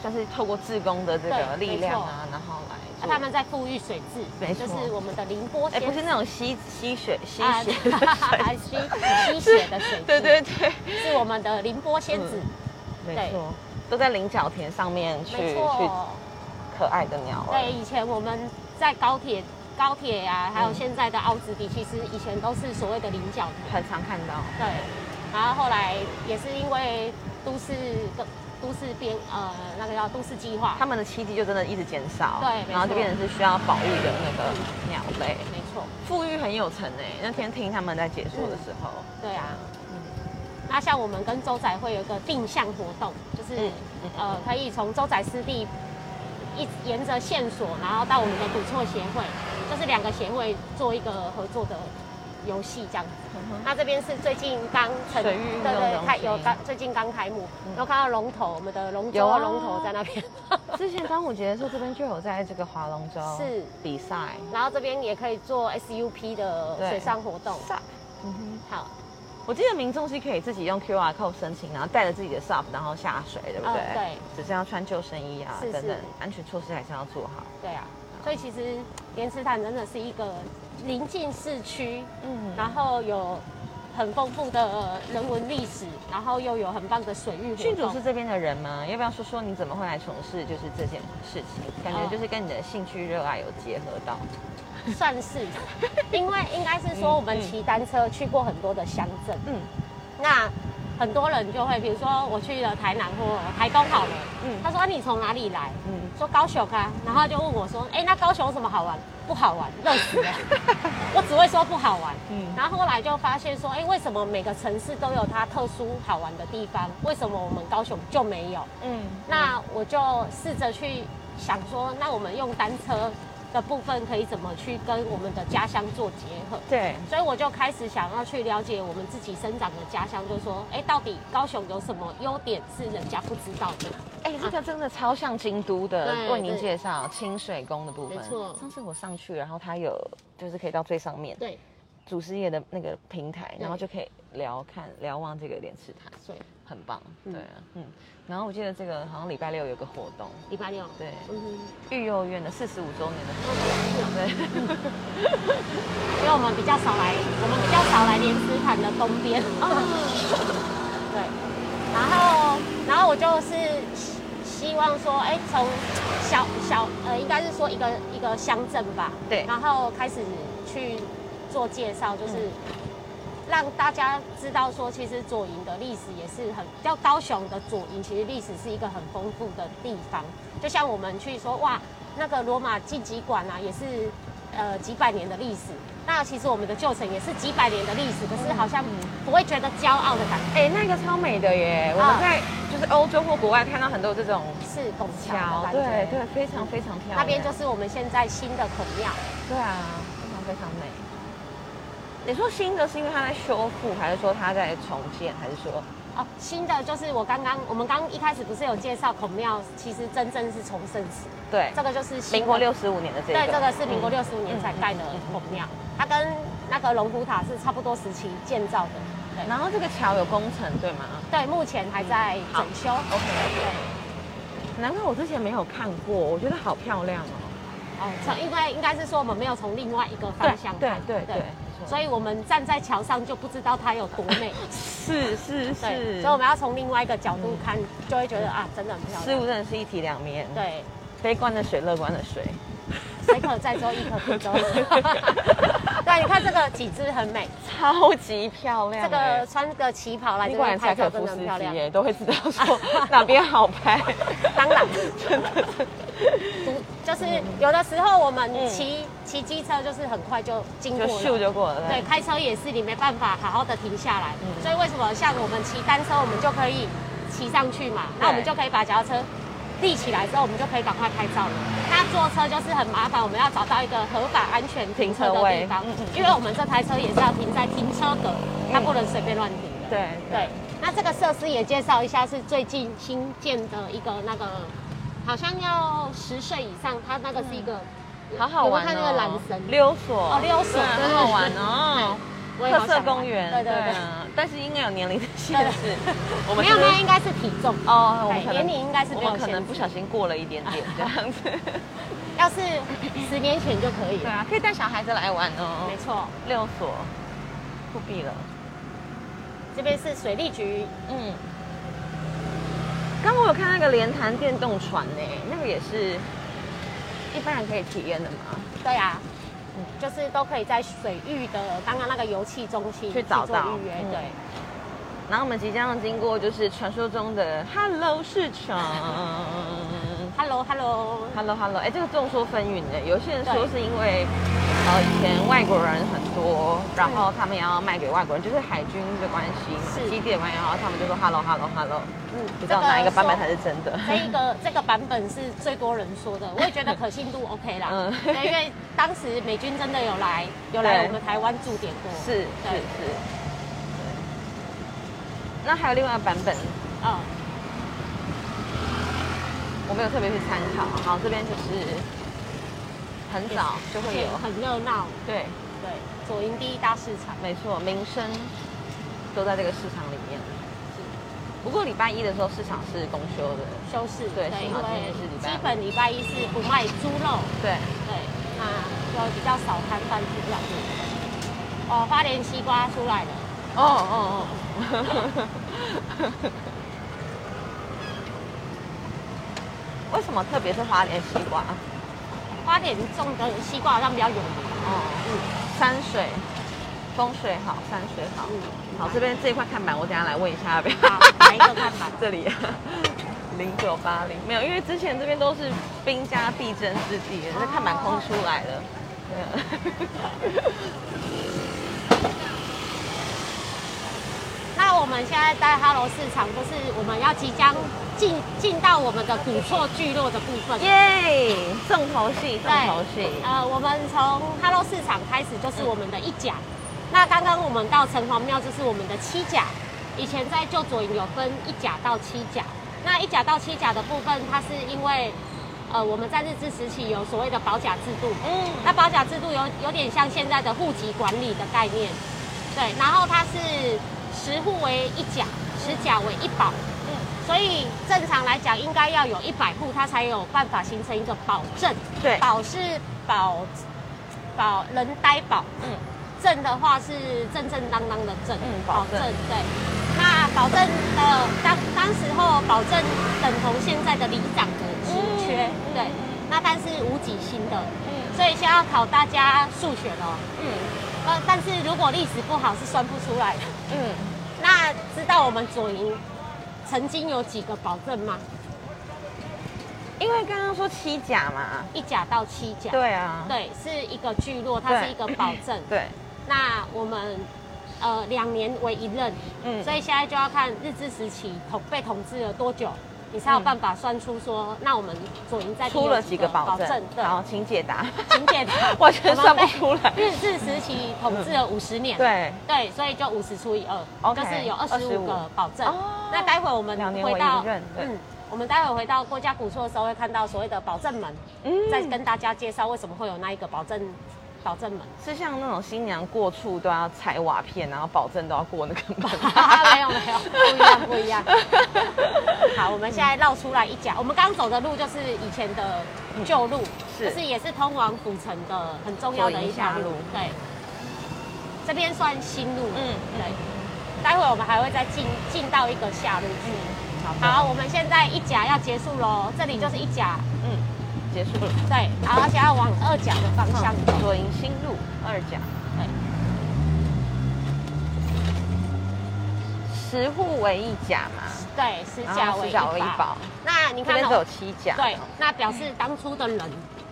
[SPEAKER 1] 算是透过志工的这个力
[SPEAKER 2] 对没
[SPEAKER 1] 量
[SPEAKER 2] 错
[SPEAKER 1] 啊，然后来
[SPEAKER 2] 那
[SPEAKER 1] 做
[SPEAKER 2] 他们在富裕水质，
[SPEAKER 1] 没
[SPEAKER 2] 就
[SPEAKER 1] 错
[SPEAKER 2] 是我们的宁波
[SPEAKER 1] 哎，
[SPEAKER 2] 先
[SPEAKER 1] 不是那种吸吸血吸
[SPEAKER 2] 啊
[SPEAKER 1] 血的水，
[SPEAKER 2] 吸吸血的水质，
[SPEAKER 1] 对对，对，
[SPEAKER 2] 是我们的宁波仙子，
[SPEAKER 1] 没错，都在菱角田上面去
[SPEAKER 2] 没
[SPEAKER 1] 去
[SPEAKER 2] 错。
[SPEAKER 1] 可爱的鸟儿。
[SPEAKER 2] 对，以前我们在高铁高铁呀、还有
[SPEAKER 1] 嗯
[SPEAKER 2] 现在的奥子底，其实以前都是所谓的菱角的，
[SPEAKER 1] 很常看到。
[SPEAKER 2] 对。然后后来也是因为都市的都市编呃那个叫都市计划，
[SPEAKER 1] 他们的栖地就真的一直减少，
[SPEAKER 2] 对没错嗯
[SPEAKER 1] 然后就变成是需要保育的那个鸟类。
[SPEAKER 2] 没错，
[SPEAKER 1] 富裕很有成诶、那天听他们在解说的时候，
[SPEAKER 2] 对啊。那像我们跟周仔会有一个定向活动，就是、
[SPEAKER 1] 嗯嗯
[SPEAKER 2] 呃，可以从周仔湿地一沿着线索，然后到我们的古错协会，就是两个协会做一个合作的游戏这样子。那这边是最近刚成
[SPEAKER 1] 嗯水域运动
[SPEAKER 2] 对
[SPEAKER 1] 中
[SPEAKER 2] 对，
[SPEAKER 1] 心
[SPEAKER 2] 开有刚最近刚开幕，有看到龙头，我们的龙
[SPEAKER 1] 嗯有
[SPEAKER 2] 舟
[SPEAKER 1] 啊
[SPEAKER 2] 龙头在那边，
[SPEAKER 1] 之前端午节的时候，这边就有在这个划龙舟
[SPEAKER 2] 是
[SPEAKER 1] 比赛，
[SPEAKER 2] 然后这边也可以做 SUP 的
[SPEAKER 1] 对
[SPEAKER 2] 水上活动。
[SPEAKER 1] SUP 嗯哼，
[SPEAKER 2] 好，
[SPEAKER 1] 我记得民众是可以自己用 QR code 申请，然后带着自己的 SUP 然后下水，对不对？
[SPEAKER 2] 嗯对，
[SPEAKER 1] 只是要穿救生衣啊
[SPEAKER 2] 是
[SPEAKER 1] 等等
[SPEAKER 2] 是，
[SPEAKER 1] 安全措施还是要做好。
[SPEAKER 2] 对啊，所以其实莲池潭真的是一个临近市区，
[SPEAKER 1] 嗯，
[SPEAKER 2] 然后有很丰富的人文历史，然后又有很棒的水域活
[SPEAKER 1] 郡主
[SPEAKER 2] 动。
[SPEAKER 1] 是 这边的人吗？要不要说说你怎么会来从事就是这件事情？感觉
[SPEAKER 2] 哦
[SPEAKER 1] 就是跟你的兴趣热爱有结合到。
[SPEAKER 2] 算是，因为应该是说我们骑单车去过很多的乡镇，
[SPEAKER 1] 嗯
[SPEAKER 2] 那很多人就会，比如说我去了台南或台东好了，
[SPEAKER 1] 嗯
[SPEAKER 2] 他说、啊、你从哪里来？
[SPEAKER 1] 嗯，
[SPEAKER 2] 说高雄啊，然后就问我说，哎、那高雄有什么好玩？不好玩，热死 了。我只会说不好玩。
[SPEAKER 1] 嗯
[SPEAKER 2] 然后后来就发现说，哎、为什么每个城市都有它特殊好玩的地方？为什么我们高雄就没有？
[SPEAKER 1] 嗯，
[SPEAKER 2] 那我就试着去想说，那我们用单车的部分可以怎么去跟我们的家乡做结合。
[SPEAKER 1] 对，
[SPEAKER 2] 所以我就开始想要去了解我们自己生长的家乡，就是说，哎，到底高雄有什么优点是人家不知道的？
[SPEAKER 1] 哎、这个真的超像京都的。
[SPEAKER 2] 对
[SPEAKER 1] 为您介绍清水宫的部分，
[SPEAKER 2] 没错
[SPEAKER 1] 上次我上去，然后它有就是可以到最上面
[SPEAKER 2] 对，
[SPEAKER 1] 祖师爷的那个平台，
[SPEAKER 2] 对
[SPEAKER 1] 然后就可以瞭看瞭望这个莲池潭，
[SPEAKER 2] 所以
[SPEAKER 1] 很棒。
[SPEAKER 2] 嗯
[SPEAKER 1] 对啊，嗯。然后我记得这个好像礼拜六有个活动，
[SPEAKER 2] 礼拜六，
[SPEAKER 1] 对，
[SPEAKER 2] 嗯，
[SPEAKER 1] 育幼院的四十五周年的活动。对。
[SPEAKER 2] 因为我们比较少来，我们比较少来莲池潭的东边。对，然后然后我就是希希望说，哎，从小小呃，应该是说一个一个乡镇吧，
[SPEAKER 1] 对
[SPEAKER 2] 然后开始去做介绍，就是。让大家知道说，其实左营的历史也是很，叫高雄的左营，其实历史是一个很丰富的地方。就像我们去说，哇，那个罗马竞技馆啊，也是呃几百年的历史。那其实我们的旧城也是几百年的历史，可是好像不会觉得骄傲的感觉。
[SPEAKER 1] 哎、那个超美的耶！我
[SPEAKER 2] 啊
[SPEAKER 1] 们在就是欧洲或国外看到很多这种
[SPEAKER 2] 是拱桥
[SPEAKER 1] 桥
[SPEAKER 2] 的，感
[SPEAKER 1] 对
[SPEAKER 2] 觉，
[SPEAKER 1] 对，非常非常漂亮。
[SPEAKER 2] 那边就是我们现在新的孔庙，
[SPEAKER 1] 对啊，非常非常美。你说新的是因为它在修复，还是说它在重建，还是说
[SPEAKER 2] 哦，新的就是我刚刚我们刚一开始不是有介绍孔庙，其实真正是重生祠，
[SPEAKER 1] 对
[SPEAKER 2] 这个就是新的
[SPEAKER 1] 民国六十五年的这一
[SPEAKER 2] 对，这个是民国
[SPEAKER 1] 嗯
[SPEAKER 2] 六十五年才盖的孔庙，它跟那个龙虎塔是差不多时期建造的。对，
[SPEAKER 1] 然后这个桥有工程对吗
[SPEAKER 2] 对，目前还在整修。
[SPEAKER 1] ？OK，
[SPEAKER 2] 对，
[SPEAKER 1] 难怪我之前没有看过，我觉得好漂亮哦。
[SPEAKER 2] 哦，从因为应该是说我们没有从另外一个方向
[SPEAKER 1] 对
[SPEAKER 2] 看，
[SPEAKER 1] 对对对没错
[SPEAKER 2] 所以我们站在桥上就不知道它有多 美。
[SPEAKER 1] 是是
[SPEAKER 2] 对，
[SPEAKER 1] 是
[SPEAKER 2] 所以，我们要从另外一个角度看，就会觉得啊，真的很漂
[SPEAKER 1] 事物
[SPEAKER 2] 亮。
[SPEAKER 1] 真的是一体两面，，
[SPEAKER 2] 对，
[SPEAKER 1] 悲观的水，乐观的水。
[SPEAKER 2] 水可载舟，亦可覆舟。 对，你看这个几只很美，
[SPEAKER 1] 超级漂亮
[SPEAKER 2] 这
[SPEAKER 1] 欸，
[SPEAKER 2] 个穿个旗袍来
[SPEAKER 1] 你
[SPEAKER 2] 这
[SPEAKER 1] 果
[SPEAKER 2] 边
[SPEAKER 1] 然
[SPEAKER 2] 拍
[SPEAKER 1] 柴
[SPEAKER 2] 照
[SPEAKER 1] 可
[SPEAKER 2] 真
[SPEAKER 1] 夫
[SPEAKER 2] 的
[SPEAKER 1] 斯
[SPEAKER 2] 很漂
[SPEAKER 1] 基
[SPEAKER 2] 亮。
[SPEAKER 1] 耶，都会知道说 哪边好拍。
[SPEAKER 2] 当然，
[SPEAKER 1] 真的真
[SPEAKER 2] 独就是有的时候我们骑骑机车就是很快就经
[SPEAKER 1] 的
[SPEAKER 2] 过
[SPEAKER 1] 嗯就秀
[SPEAKER 2] 了。
[SPEAKER 1] 就过了。
[SPEAKER 2] 对，开车也是，你没办法好好的停下来。
[SPEAKER 1] 嗯
[SPEAKER 2] 所以为什么像我们骑单车，我们就可以骑上去嘛？那我们就可以把脚踏车立起来之后，我们就可以赶快拍照了。那坐车就是很麻烦，我们要找到一个合法、安全停车的
[SPEAKER 1] 停车位
[SPEAKER 2] 地方
[SPEAKER 1] 嗯嗯，
[SPEAKER 2] 因为我们这台车也是要停在停车格，它
[SPEAKER 1] 嗯
[SPEAKER 2] 不能随便乱停的。
[SPEAKER 1] 对
[SPEAKER 2] 对，那这个设施也介绍一下，是最近新建的一个那个，好像要十岁以上，它那个是一个，
[SPEAKER 1] 对，好好玩哦。
[SPEAKER 2] 有没有看那个缆绳
[SPEAKER 1] 溜索
[SPEAKER 2] 哦溜索
[SPEAKER 1] 对
[SPEAKER 2] 对
[SPEAKER 1] 很好玩 哦。
[SPEAKER 2] 我也好
[SPEAKER 1] 特色
[SPEAKER 2] 想玩
[SPEAKER 1] 公园，
[SPEAKER 2] 对对对。
[SPEAKER 1] 啊，但是应该有年龄的限 制。我
[SPEAKER 2] 没有
[SPEAKER 1] 可
[SPEAKER 2] 没
[SPEAKER 1] 能
[SPEAKER 2] 有，应该是体重。
[SPEAKER 1] 哦，我们
[SPEAKER 2] 对
[SPEAKER 1] 可能
[SPEAKER 2] 年龄应该是
[SPEAKER 1] 我
[SPEAKER 2] 没有
[SPEAKER 1] 们可
[SPEAKER 2] 限
[SPEAKER 1] 能
[SPEAKER 2] 制
[SPEAKER 1] 不小心过了一点 点这样子。
[SPEAKER 2] 要是十年前就可以
[SPEAKER 1] 对
[SPEAKER 2] 了。
[SPEAKER 1] 啊，可以带小孩子来玩哦
[SPEAKER 2] 没。错，
[SPEAKER 1] 溜索，不必了。
[SPEAKER 2] 这边是水利局，
[SPEAKER 1] 嗯，刚我有看那个连潭电动船呢、那个也是一般人可以体验的嘛。
[SPEAKER 2] 对啊，就是都可以在水域的刚刚那个油气中心
[SPEAKER 1] 去找
[SPEAKER 2] 做
[SPEAKER 1] 到
[SPEAKER 2] 预约
[SPEAKER 1] 嗯。
[SPEAKER 2] 对，
[SPEAKER 1] 然后我们即将要经过就是传说中的 Hello 市场
[SPEAKER 2] ，Hello Hello，
[SPEAKER 1] ，Hello Hello，哎、这个众说纷纭的，有些人说
[SPEAKER 2] 对
[SPEAKER 1] 是因为呃以前外国人很多，然后他们要卖给外国人，就是海军的关系，
[SPEAKER 2] 是
[SPEAKER 1] 基地的关系，然后他们就说 Hello Hello Hello，
[SPEAKER 2] 嗯，
[SPEAKER 1] 不知道哪一个版本才
[SPEAKER 2] 是。
[SPEAKER 1] 是真的。
[SPEAKER 2] 这一个这个版本是最多人说的，我也觉得可信度 OK 啦。
[SPEAKER 1] 嗯
[SPEAKER 2] 对，因为当时美军真的有来有
[SPEAKER 1] 对
[SPEAKER 2] 来我们台湾驻点过。
[SPEAKER 1] 是是
[SPEAKER 2] 对
[SPEAKER 1] 是。对那还有另外一个版本，
[SPEAKER 2] 嗯，
[SPEAKER 1] 我没有特别去参考。好，这边就是很早就会有
[SPEAKER 2] 也，很热闹。
[SPEAKER 1] 对，
[SPEAKER 2] 对，左营第一大市场。
[SPEAKER 1] 没错，民生都在这个市场里面。不过礼拜一的时候市场是公休的，
[SPEAKER 2] 修饰，
[SPEAKER 1] 对幸
[SPEAKER 2] 因
[SPEAKER 1] 好今天
[SPEAKER 2] 为
[SPEAKER 1] 是礼拜
[SPEAKER 2] 基
[SPEAKER 1] 五
[SPEAKER 2] 本礼拜一是不卖猪肉，
[SPEAKER 1] 对，
[SPEAKER 2] 对，那就比较少摊贩出来。哦，花莲西瓜出来了，
[SPEAKER 1] 哦哦 哦。为什么特别是花莲西瓜？
[SPEAKER 2] 花莲种的西瓜好像比较有名，
[SPEAKER 1] 哦，
[SPEAKER 2] 嗯
[SPEAKER 1] 山水风水好，山水好。
[SPEAKER 2] 嗯，
[SPEAKER 1] 好，这边这一块看板，我等一下来问一下要不要。
[SPEAKER 2] 好哪一个看板
[SPEAKER 1] 这里零九八零没有，因为之前这边都是兵家必争之地，这看板空出来了。
[SPEAKER 2] 哦
[SPEAKER 1] 对啊
[SPEAKER 2] 那我们们现在在哈罗市场，就是我们要即将进进到我们的古厝聚落的部分。
[SPEAKER 1] 耶，重头戏，重头戏，
[SPEAKER 2] 呃，我们从哈喽市场开始就是我们的一甲，那刚刚我们到城隍庙就是我们的七甲，以前在旧左营有分一甲到七甲，那一甲到七甲的部分，它是因为呃我们在日治时期有所谓的保甲制度，
[SPEAKER 1] 嗯，
[SPEAKER 2] 那保甲制度有有点像现在的户籍管理的概念，对，然后它是十户为一甲，十甲为一保，
[SPEAKER 1] 嗯
[SPEAKER 2] 所以正常来讲应该要有一百户，它才有办法形成一个保证。
[SPEAKER 1] 对，
[SPEAKER 2] 保是保保人呆保，
[SPEAKER 1] 嗯，
[SPEAKER 2] 正的话是正正当当的正，
[SPEAKER 1] 嗯保证
[SPEAKER 2] 对。那保证的当当时候保证等同现在的里长的职缺，
[SPEAKER 1] 嗯
[SPEAKER 2] 对。那但是无几薪的，
[SPEAKER 1] 嗯
[SPEAKER 2] 所以先要考大家数学咯。
[SPEAKER 1] 嗯
[SPEAKER 2] 呃，但是如果历史不好是算不出来的。
[SPEAKER 1] 嗯，
[SPEAKER 2] 那知道我们左营曾经有几个保证吗？
[SPEAKER 1] 因为刚刚说七甲嘛，
[SPEAKER 2] 一甲到七甲，
[SPEAKER 1] 对啊，
[SPEAKER 2] 对，是一个聚落，它是一个保证。
[SPEAKER 1] 对，
[SPEAKER 2] 那我们呃两年为一任，
[SPEAKER 1] 嗯，
[SPEAKER 2] 所以现在就要看日治时期统被统治了多久，你才有办法算出说，那我们左营在地
[SPEAKER 1] 出
[SPEAKER 2] 有
[SPEAKER 1] 了几个保证，
[SPEAKER 2] 对，
[SPEAKER 1] 好，请解 答，，
[SPEAKER 2] 请解答
[SPEAKER 1] 完全算不出来
[SPEAKER 2] 我们被日治时期统治了五十年，
[SPEAKER 1] 对，
[SPEAKER 2] 对，所以就五十除以二，
[SPEAKER 1] OK，
[SPEAKER 2] 就是有二十五个保证
[SPEAKER 1] 哦。
[SPEAKER 2] 那待会我们
[SPEAKER 1] 两年为
[SPEAKER 2] 回
[SPEAKER 1] 一
[SPEAKER 2] 到嗯
[SPEAKER 1] 任对，
[SPEAKER 2] 我们待会回到郭家古厝的时候会看到所谓的保证门，
[SPEAKER 1] 嗯
[SPEAKER 2] 再跟大家介绍为什么会有那一个保证保 证门。
[SPEAKER 1] 是像那种新娘过处都要拆瓦片，然后保证都要过那 个门
[SPEAKER 2] 啊没有没有，不一样不一样。好，我们现在绕出来一甲，我们刚走的路就是以前的旧路，
[SPEAKER 1] 是
[SPEAKER 2] 就是也是通往古城的很重要的
[SPEAKER 1] 左
[SPEAKER 2] 一条
[SPEAKER 1] 营下路
[SPEAKER 2] 路。对，这边算新路。
[SPEAKER 1] 嗯
[SPEAKER 2] 嗯，对。待会我们还会再进进到一个下路去。好，我们现在一甲要结束喽，这里就是一甲，
[SPEAKER 1] 嗯，结束了。
[SPEAKER 2] 对，然后而且要往二甲的方向走。
[SPEAKER 1] 左营新路二甲，
[SPEAKER 2] 对，
[SPEAKER 1] 十户为一甲嘛，
[SPEAKER 2] 对，十
[SPEAKER 1] 然
[SPEAKER 2] 甲
[SPEAKER 1] 后
[SPEAKER 2] 为
[SPEAKER 1] 十
[SPEAKER 2] 一
[SPEAKER 1] 哦甲为一
[SPEAKER 2] 保。
[SPEAKER 1] 保，
[SPEAKER 2] 那你
[SPEAKER 1] 这
[SPEAKER 2] 看
[SPEAKER 1] 边
[SPEAKER 2] 到
[SPEAKER 1] 只有七甲。
[SPEAKER 2] 对，那表示当初的人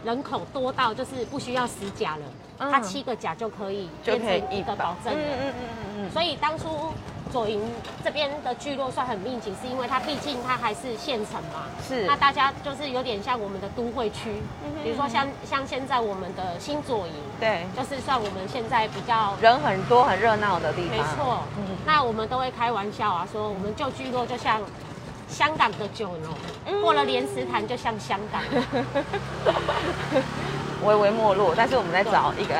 [SPEAKER 2] 人口多到就是不需要十甲了，
[SPEAKER 1] 嗯
[SPEAKER 2] 它七个甲就可以
[SPEAKER 1] 就
[SPEAKER 2] 变
[SPEAKER 1] 可以
[SPEAKER 2] 成一个保证
[SPEAKER 1] 嗯
[SPEAKER 2] 了。
[SPEAKER 1] 嗯嗯嗯嗯
[SPEAKER 2] 所以当初左营这边的聚落算很密集，是因为它毕竟它还是县城嘛，
[SPEAKER 1] 嗯，是
[SPEAKER 2] 那大家就是有点像我们的都会区
[SPEAKER 1] 嗯哼，
[SPEAKER 2] 比如说像像现在我们的新左营，
[SPEAKER 1] 对，
[SPEAKER 2] 就是算我们现在比较。
[SPEAKER 1] 人很多很热闹的地方。
[SPEAKER 2] 没错
[SPEAKER 1] 嗯，
[SPEAKER 2] 那我们都会开玩笑啊，说我们旧聚落就像香港的九
[SPEAKER 1] 嗯
[SPEAKER 2] 龙，过了莲池潭就像香港。
[SPEAKER 1] 微微没落，但是我们在找一个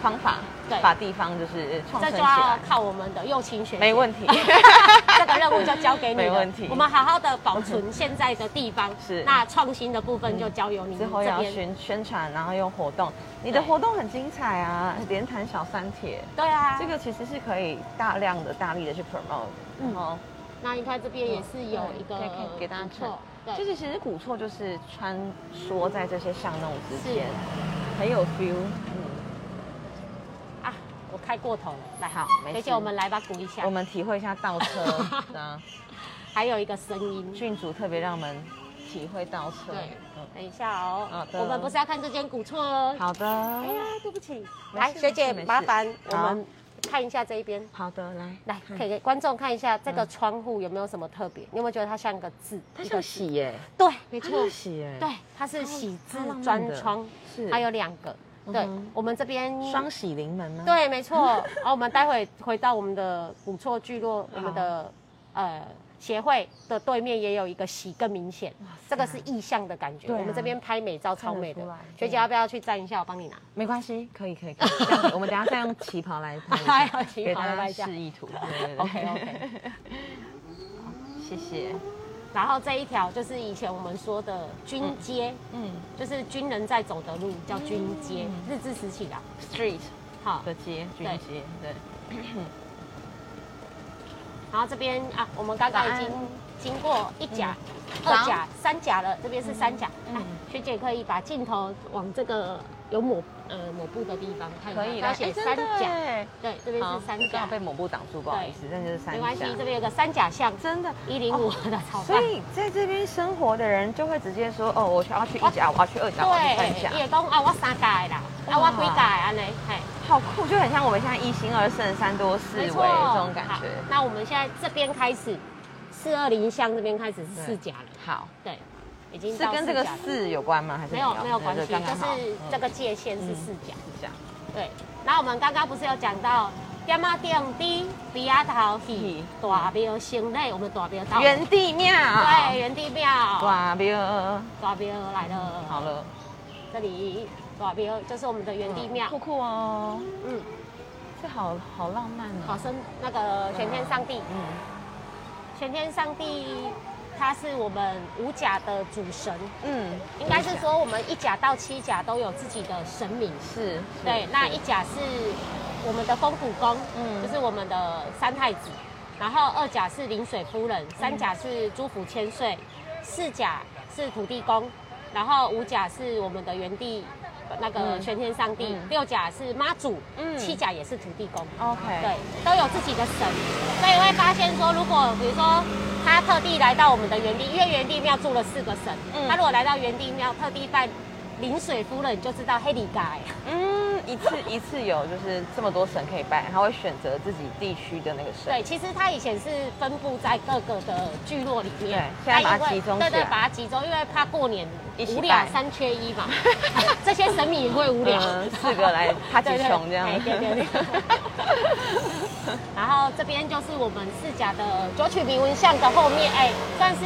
[SPEAKER 1] 方法
[SPEAKER 2] 对，
[SPEAKER 1] 把地方就是创
[SPEAKER 2] 这
[SPEAKER 1] 生起
[SPEAKER 2] 就要
[SPEAKER 1] 来。
[SPEAKER 2] 靠我们的右倾学姐，
[SPEAKER 1] 没问题
[SPEAKER 2] 这个任务就交给你了，
[SPEAKER 1] 没问题
[SPEAKER 2] 我们好好的保存现在的地方，
[SPEAKER 1] 是嗯
[SPEAKER 2] 那创新的部分就交由你
[SPEAKER 1] 之
[SPEAKER 2] 们
[SPEAKER 1] 后
[SPEAKER 2] 这
[SPEAKER 1] 要
[SPEAKER 2] 边。
[SPEAKER 1] 宣宣传，然后用活动。你的
[SPEAKER 2] 对
[SPEAKER 1] 活动很精彩啊，连谈小三铁，
[SPEAKER 2] 对啊，
[SPEAKER 1] 这个其实是可以大量的、大力的去 promote。哦
[SPEAKER 2] 嗯
[SPEAKER 1] 然后
[SPEAKER 2] 那你看这边也是有一个
[SPEAKER 1] 对可以给大家
[SPEAKER 2] 不错
[SPEAKER 1] 看，就
[SPEAKER 2] 对，
[SPEAKER 1] 是其实古厝就是穿梭在这些巷弄之
[SPEAKER 2] 是
[SPEAKER 1] 间，很有 feel。嗯
[SPEAKER 2] 啊，我开过头了，来，
[SPEAKER 1] 好没事
[SPEAKER 2] 学姐，我们来吧，鼓一下
[SPEAKER 1] 我。们体会一下倒车 啊，
[SPEAKER 2] 还有一个声音，
[SPEAKER 1] 郡主特别让我们体会倒车。
[SPEAKER 2] 对
[SPEAKER 1] 嗯，
[SPEAKER 2] 等一下哦，
[SPEAKER 1] 好的
[SPEAKER 2] 我们不是要看这间古厝哦。
[SPEAKER 1] 好的
[SPEAKER 2] 哎，呀，对不起，
[SPEAKER 1] 没事
[SPEAKER 2] 来，学姐，
[SPEAKER 1] 没事没事
[SPEAKER 2] 麻烦我
[SPEAKER 1] 好
[SPEAKER 2] 们看一下这一边。
[SPEAKER 1] 好的，来，
[SPEAKER 2] 来，可以给观众看一下这个窗户有没有什么特别？你有没有觉得它像一个字？
[SPEAKER 1] 它
[SPEAKER 2] 一
[SPEAKER 1] 像
[SPEAKER 2] 个
[SPEAKER 1] 喜耶，
[SPEAKER 2] 对，没
[SPEAKER 1] 它
[SPEAKER 2] 错
[SPEAKER 1] 像，喜耶，
[SPEAKER 2] 对，它是喜字
[SPEAKER 1] 超浪漫
[SPEAKER 2] 砖
[SPEAKER 1] 的
[SPEAKER 2] 窗，
[SPEAKER 1] 是，
[SPEAKER 2] 还有两个。对
[SPEAKER 1] 嗯哼，
[SPEAKER 2] 我们这边
[SPEAKER 1] 双喜临门吗？，
[SPEAKER 2] 对，没错。 然后我们待会回到我们的古厝聚落，我们的呃协会的对面也有一个喜更明显，这个是意象的感觉。
[SPEAKER 1] 对啊
[SPEAKER 2] 我们这边拍美照超美的
[SPEAKER 1] 看得出来，
[SPEAKER 2] 学姐
[SPEAKER 1] 对
[SPEAKER 2] 要不要去站一下？我帮 你拿。
[SPEAKER 1] 没关系，可以可以，可以这样子我们等一下再用旗袍来拍一下，
[SPEAKER 2] 还有旗袍
[SPEAKER 1] 给大家
[SPEAKER 2] 来拍一下
[SPEAKER 1] 示意图。对对
[SPEAKER 2] OK OK。
[SPEAKER 1] 谢谢。
[SPEAKER 2] 然后这一条就是以前我们说的军街。
[SPEAKER 1] 嗯
[SPEAKER 2] 就是军人在走的路叫军街，日治时期的。
[SPEAKER 1] ，Street
[SPEAKER 2] 好，
[SPEAKER 1] 的街，军
[SPEAKER 2] 对
[SPEAKER 1] 街，对，
[SPEAKER 2] 然后这边啊，我们刚刚已经
[SPEAKER 1] 早安
[SPEAKER 2] 经过一甲、
[SPEAKER 1] 早
[SPEAKER 2] 二甲、三甲了，这边是三甲。
[SPEAKER 1] 嗯
[SPEAKER 2] 啊学姐可以把镜头往这个有抹呃抹布的地方看一下，
[SPEAKER 1] 可以
[SPEAKER 2] 它
[SPEAKER 1] 来，
[SPEAKER 2] 写
[SPEAKER 1] 哎
[SPEAKER 2] 三甲，，对，这
[SPEAKER 1] 真
[SPEAKER 2] 边
[SPEAKER 1] 的好
[SPEAKER 2] 是三
[SPEAKER 1] 这刚好
[SPEAKER 2] 甲，
[SPEAKER 1] 被抹布挡住，不好意思，但就是三甲，
[SPEAKER 2] 没关系，这边有个三甲巷，
[SPEAKER 1] 真的。
[SPEAKER 2] 一零五的炒
[SPEAKER 1] 所
[SPEAKER 2] 饭。
[SPEAKER 1] 以在这边生活的人就会直接说，哦，我要去一甲，我要去二甲，我要去三甲
[SPEAKER 2] 对，，也讲啊，我三甲的啦，啊，我几甲的安尼，嘿，
[SPEAKER 1] 好酷，就很像我们现在一心二圣三多四维
[SPEAKER 2] 没
[SPEAKER 1] 这
[SPEAKER 2] 错
[SPEAKER 1] 种感
[SPEAKER 2] 好
[SPEAKER 1] 觉。
[SPEAKER 2] 那我们现在这边开始，四二零箱这边开始是
[SPEAKER 1] 对
[SPEAKER 2] 四甲了，
[SPEAKER 1] 好，
[SPEAKER 2] 对，已经
[SPEAKER 1] 是
[SPEAKER 2] 到
[SPEAKER 1] 跟
[SPEAKER 2] 四
[SPEAKER 1] 这个
[SPEAKER 2] 甲了
[SPEAKER 1] 四有关吗？还是
[SPEAKER 2] 没有没有关系，
[SPEAKER 1] 对
[SPEAKER 2] 就
[SPEAKER 1] 刚刚好
[SPEAKER 2] 是
[SPEAKER 1] 嗯
[SPEAKER 2] 这个界限是四甲。
[SPEAKER 1] 这样
[SPEAKER 2] 对，然后我们刚刚不是有讲到，点啊点滴，比亚头戏，大庙行内，我们大庙到，
[SPEAKER 1] 原地庙。
[SPEAKER 2] 对，原地庙，
[SPEAKER 1] 哇，喵，
[SPEAKER 2] 大庙来了，
[SPEAKER 1] 嗯好，了，
[SPEAKER 2] 这里大庙就是我们的原地庙
[SPEAKER 1] 酷，酷哦，
[SPEAKER 2] 嗯，
[SPEAKER 1] 这好好浪漫
[SPEAKER 2] 好
[SPEAKER 1] 哦。
[SPEAKER 2] 生那个玄天上帝，
[SPEAKER 1] 嗯，
[SPEAKER 2] 玄天上帝他是我们五甲的主神，
[SPEAKER 1] 嗯，
[SPEAKER 2] 应该是说我们一甲到七甲都有自己的神明，
[SPEAKER 1] 是，是
[SPEAKER 2] 对，那一甲是我们的公主公，
[SPEAKER 1] 嗯
[SPEAKER 2] 嗯，就是我们的三太子。然后二甲是临水夫
[SPEAKER 1] 嗯
[SPEAKER 2] 人，三甲是朱府千岁，四甲是土地公，然后五甲是我们的原地那个
[SPEAKER 1] 嗯
[SPEAKER 2] 玄天上帝，
[SPEAKER 1] 嗯
[SPEAKER 2] 六甲是妈祖，
[SPEAKER 1] 嗯
[SPEAKER 2] 七甲也是土地公。
[SPEAKER 1] OK，
[SPEAKER 2] 对，都有自己的神，所以会发现说，如果比如说他特地来到我们的原地，因为原地庙住了四个神，
[SPEAKER 1] 嗯
[SPEAKER 2] 他如果来到原地庙特地拜临水夫人，你就知道黑里嘎欸
[SPEAKER 1] 嗯，一次一次有就是这么多神可以拜，他会选择自己地区的那个神。
[SPEAKER 2] 对，其实它以前是分布在各个的聚落里面，
[SPEAKER 1] 对现在
[SPEAKER 2] 那
[SPEAKER 1] 把它
[SPEAKER 2] 因为
[SPEAKER 1] 集中
[SPEAKER 2] 对对
[SPEAKER 1] 起，来
[SPEAKER 2] 把它集中，因为怕过年
[SPEAKER 1] 一起
[SPEAKER 2] 无聊
[SPEAKER 1] 拜
[SPEAKER 2] 三缺 一嘛，这些神明也会无聊，
[SPEAKER 1] 嗯四个来怕几
[SPEAKER 2] 对对
[SPEAKER 1] 穷这样
[SPEAKER 2] 哎对对对。然后这边就是我们四甲的九曲明文巷的后面，哎，算是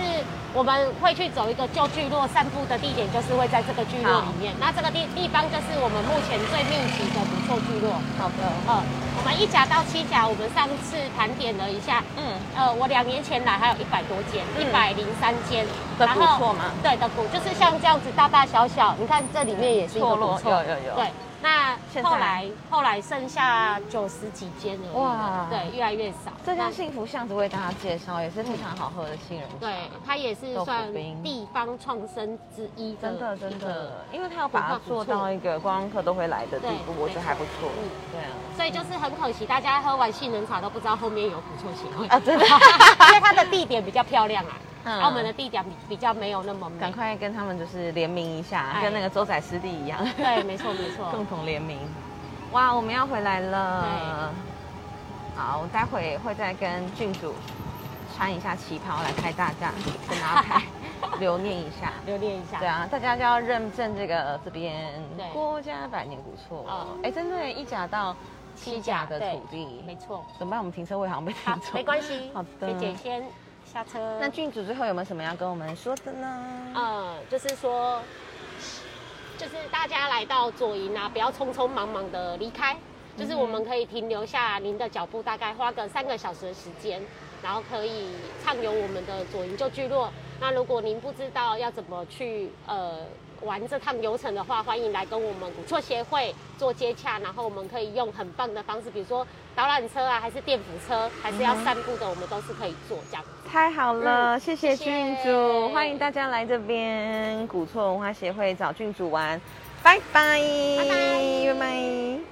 [SPEAKER 2] 我们会去走一个旧聚落散步的地点，就是会在这个聚落
[SPEAKER 1] 好
[SPEAKER 2] 里面。那这个地地方就是我们目前最密集的不错聚落。
[SPEAKER 1] 好的，
[SPEAKER 2] 呃，我们一甲到七甲，我们上次盘点了一下，
[SPEAKER 1] 嗯，
[SPEAKER 2] 呃，我两年前来还有一百多间，
[SPEAKER 1] 嗯
[SPEAKER 2] 一百零三间
[SPEAKER 1] 的
[SPEAKER 2] 然
[SPEAKER 1] 古
[SPEAKER 2] 后
[SPEAKER 1] 厝吗
[SPEAKER 2] 对的古，就是像这样子大大小小，你看这里面也是一个
[SPEAKER 1] 嗯错
[SPEAKER 2] 古
[SPEAKER 1] 落
[SPEAKER 2] 厝，
[SPEAKER 1] 有有有
[SPEAKER 2] 对，那
[SPEAKER 1] 现在
[SPEAKER 2] 后来后来剩下九十几间而已了
[SPEAKER 1] 哇，
[SPEAKER 2] 对，越来越少。
[SPEAKER 1] 这家
[SPEAKER 2] 那
[SPEAKER 1] 幸福巷子为大家介绍也是非常好喝的杏仁茶。
[SPEAKER 2] 对，它也是
[SPEAKER 1] 豆腐
[SPEAKER 2] 算
[SPEAKER 1] 冰
[SPEAKER 2] 地方创生之一
[SPEAKER 1] 真的
[SPEAKER 2] 一
[SPEAKER 1] 真
[SPEAKER 2] 个
[SPEAKER 1] 的，因为他要把它做到一个观光客都会来的地步
[SPEAKER 2] 对，
[SPEAKER 1] 我觉得还不错
[SPEAKER 2] 嗯。
[SPEAKER 1] 对啊，
[SPEAKER 2] 所以就是很可惜，大家喝完杏仁茶都不知道后面有古厝协会
[SPEAKER 1] 啊真的
[SPEAKER 2] 因为它的地点比较漂亮啊，
[SPEAKER 1] 嗯
[SPEAKER 2] 澳门的地点比比较没有那么
[SPEAKER 1] 赶
[SPEAKER 2] 美。
[SPEAKER 1] 快跟他们就是联名一下，
[SPEAKER 2] 哎
[SPEAKER 1] 跟那个周仔师弟一样。
[SPEAKER 2] 对，没错没错。
[SPEAKER 1] 共同联名。哇，我们要回来了。好，我待会会再跟郡主穿一下旗袍来开大战，跟大家拍留念一 下。
[SPEAKER 2] 留恋一下。
[SPEAKER 1] 对啊，大家就要认证这个这边
[SPEAKER 2] 对
[SPEAKER 1] 郭家百年古厝。
[SPEAKER 2] 哦
[SPEAKER 1] 哎、真的耶一甲到七甲的
[SPEAKER 2] 对
[SPEAKER 1] 土地，
[SPEAKER 2] 没错。
[SPEAKER 1] 怎么办？我们停车位好像被停
[SPEAKER 2] 好，
[SPEAKER 1] 走。
[SPEAKER 2] 没关系。
[SPEAKER 1] 好的
[SPEAKER 2] 学姐先下车。
[SPEAKER 1] 那郡主最后有没有什么要跟我们说的呢？
[SPEAKER 2] 呃，就是说，就是大家来到左营啊，不要匆匆忙忙的离开，就是我们可以停留下您的脚步，大概花个三个小时的时间，然后可以畅游我们的左营旧聚落。那如果您不知道要怎么去呃玩这趟游程的话，欢迎来跟我们古厝协会做接洽，然后我们可以用很棒的方式，比如说导览车啊，还是电扶车，还是要散步的，我们都是可以做这样。
[SPEAKER 1] 太好了，
[SPEAKER 2] 嗯
[SPEAKER 1] 谢谢
[SPEAKER 2] 谢谢
[SPEAKER 1] 郡主，欢迎大家来这边古厝文化协会找郡主玩，拜拜，
[SPEAKER 2] 拜拜
[SPEAKER 1] 拜拜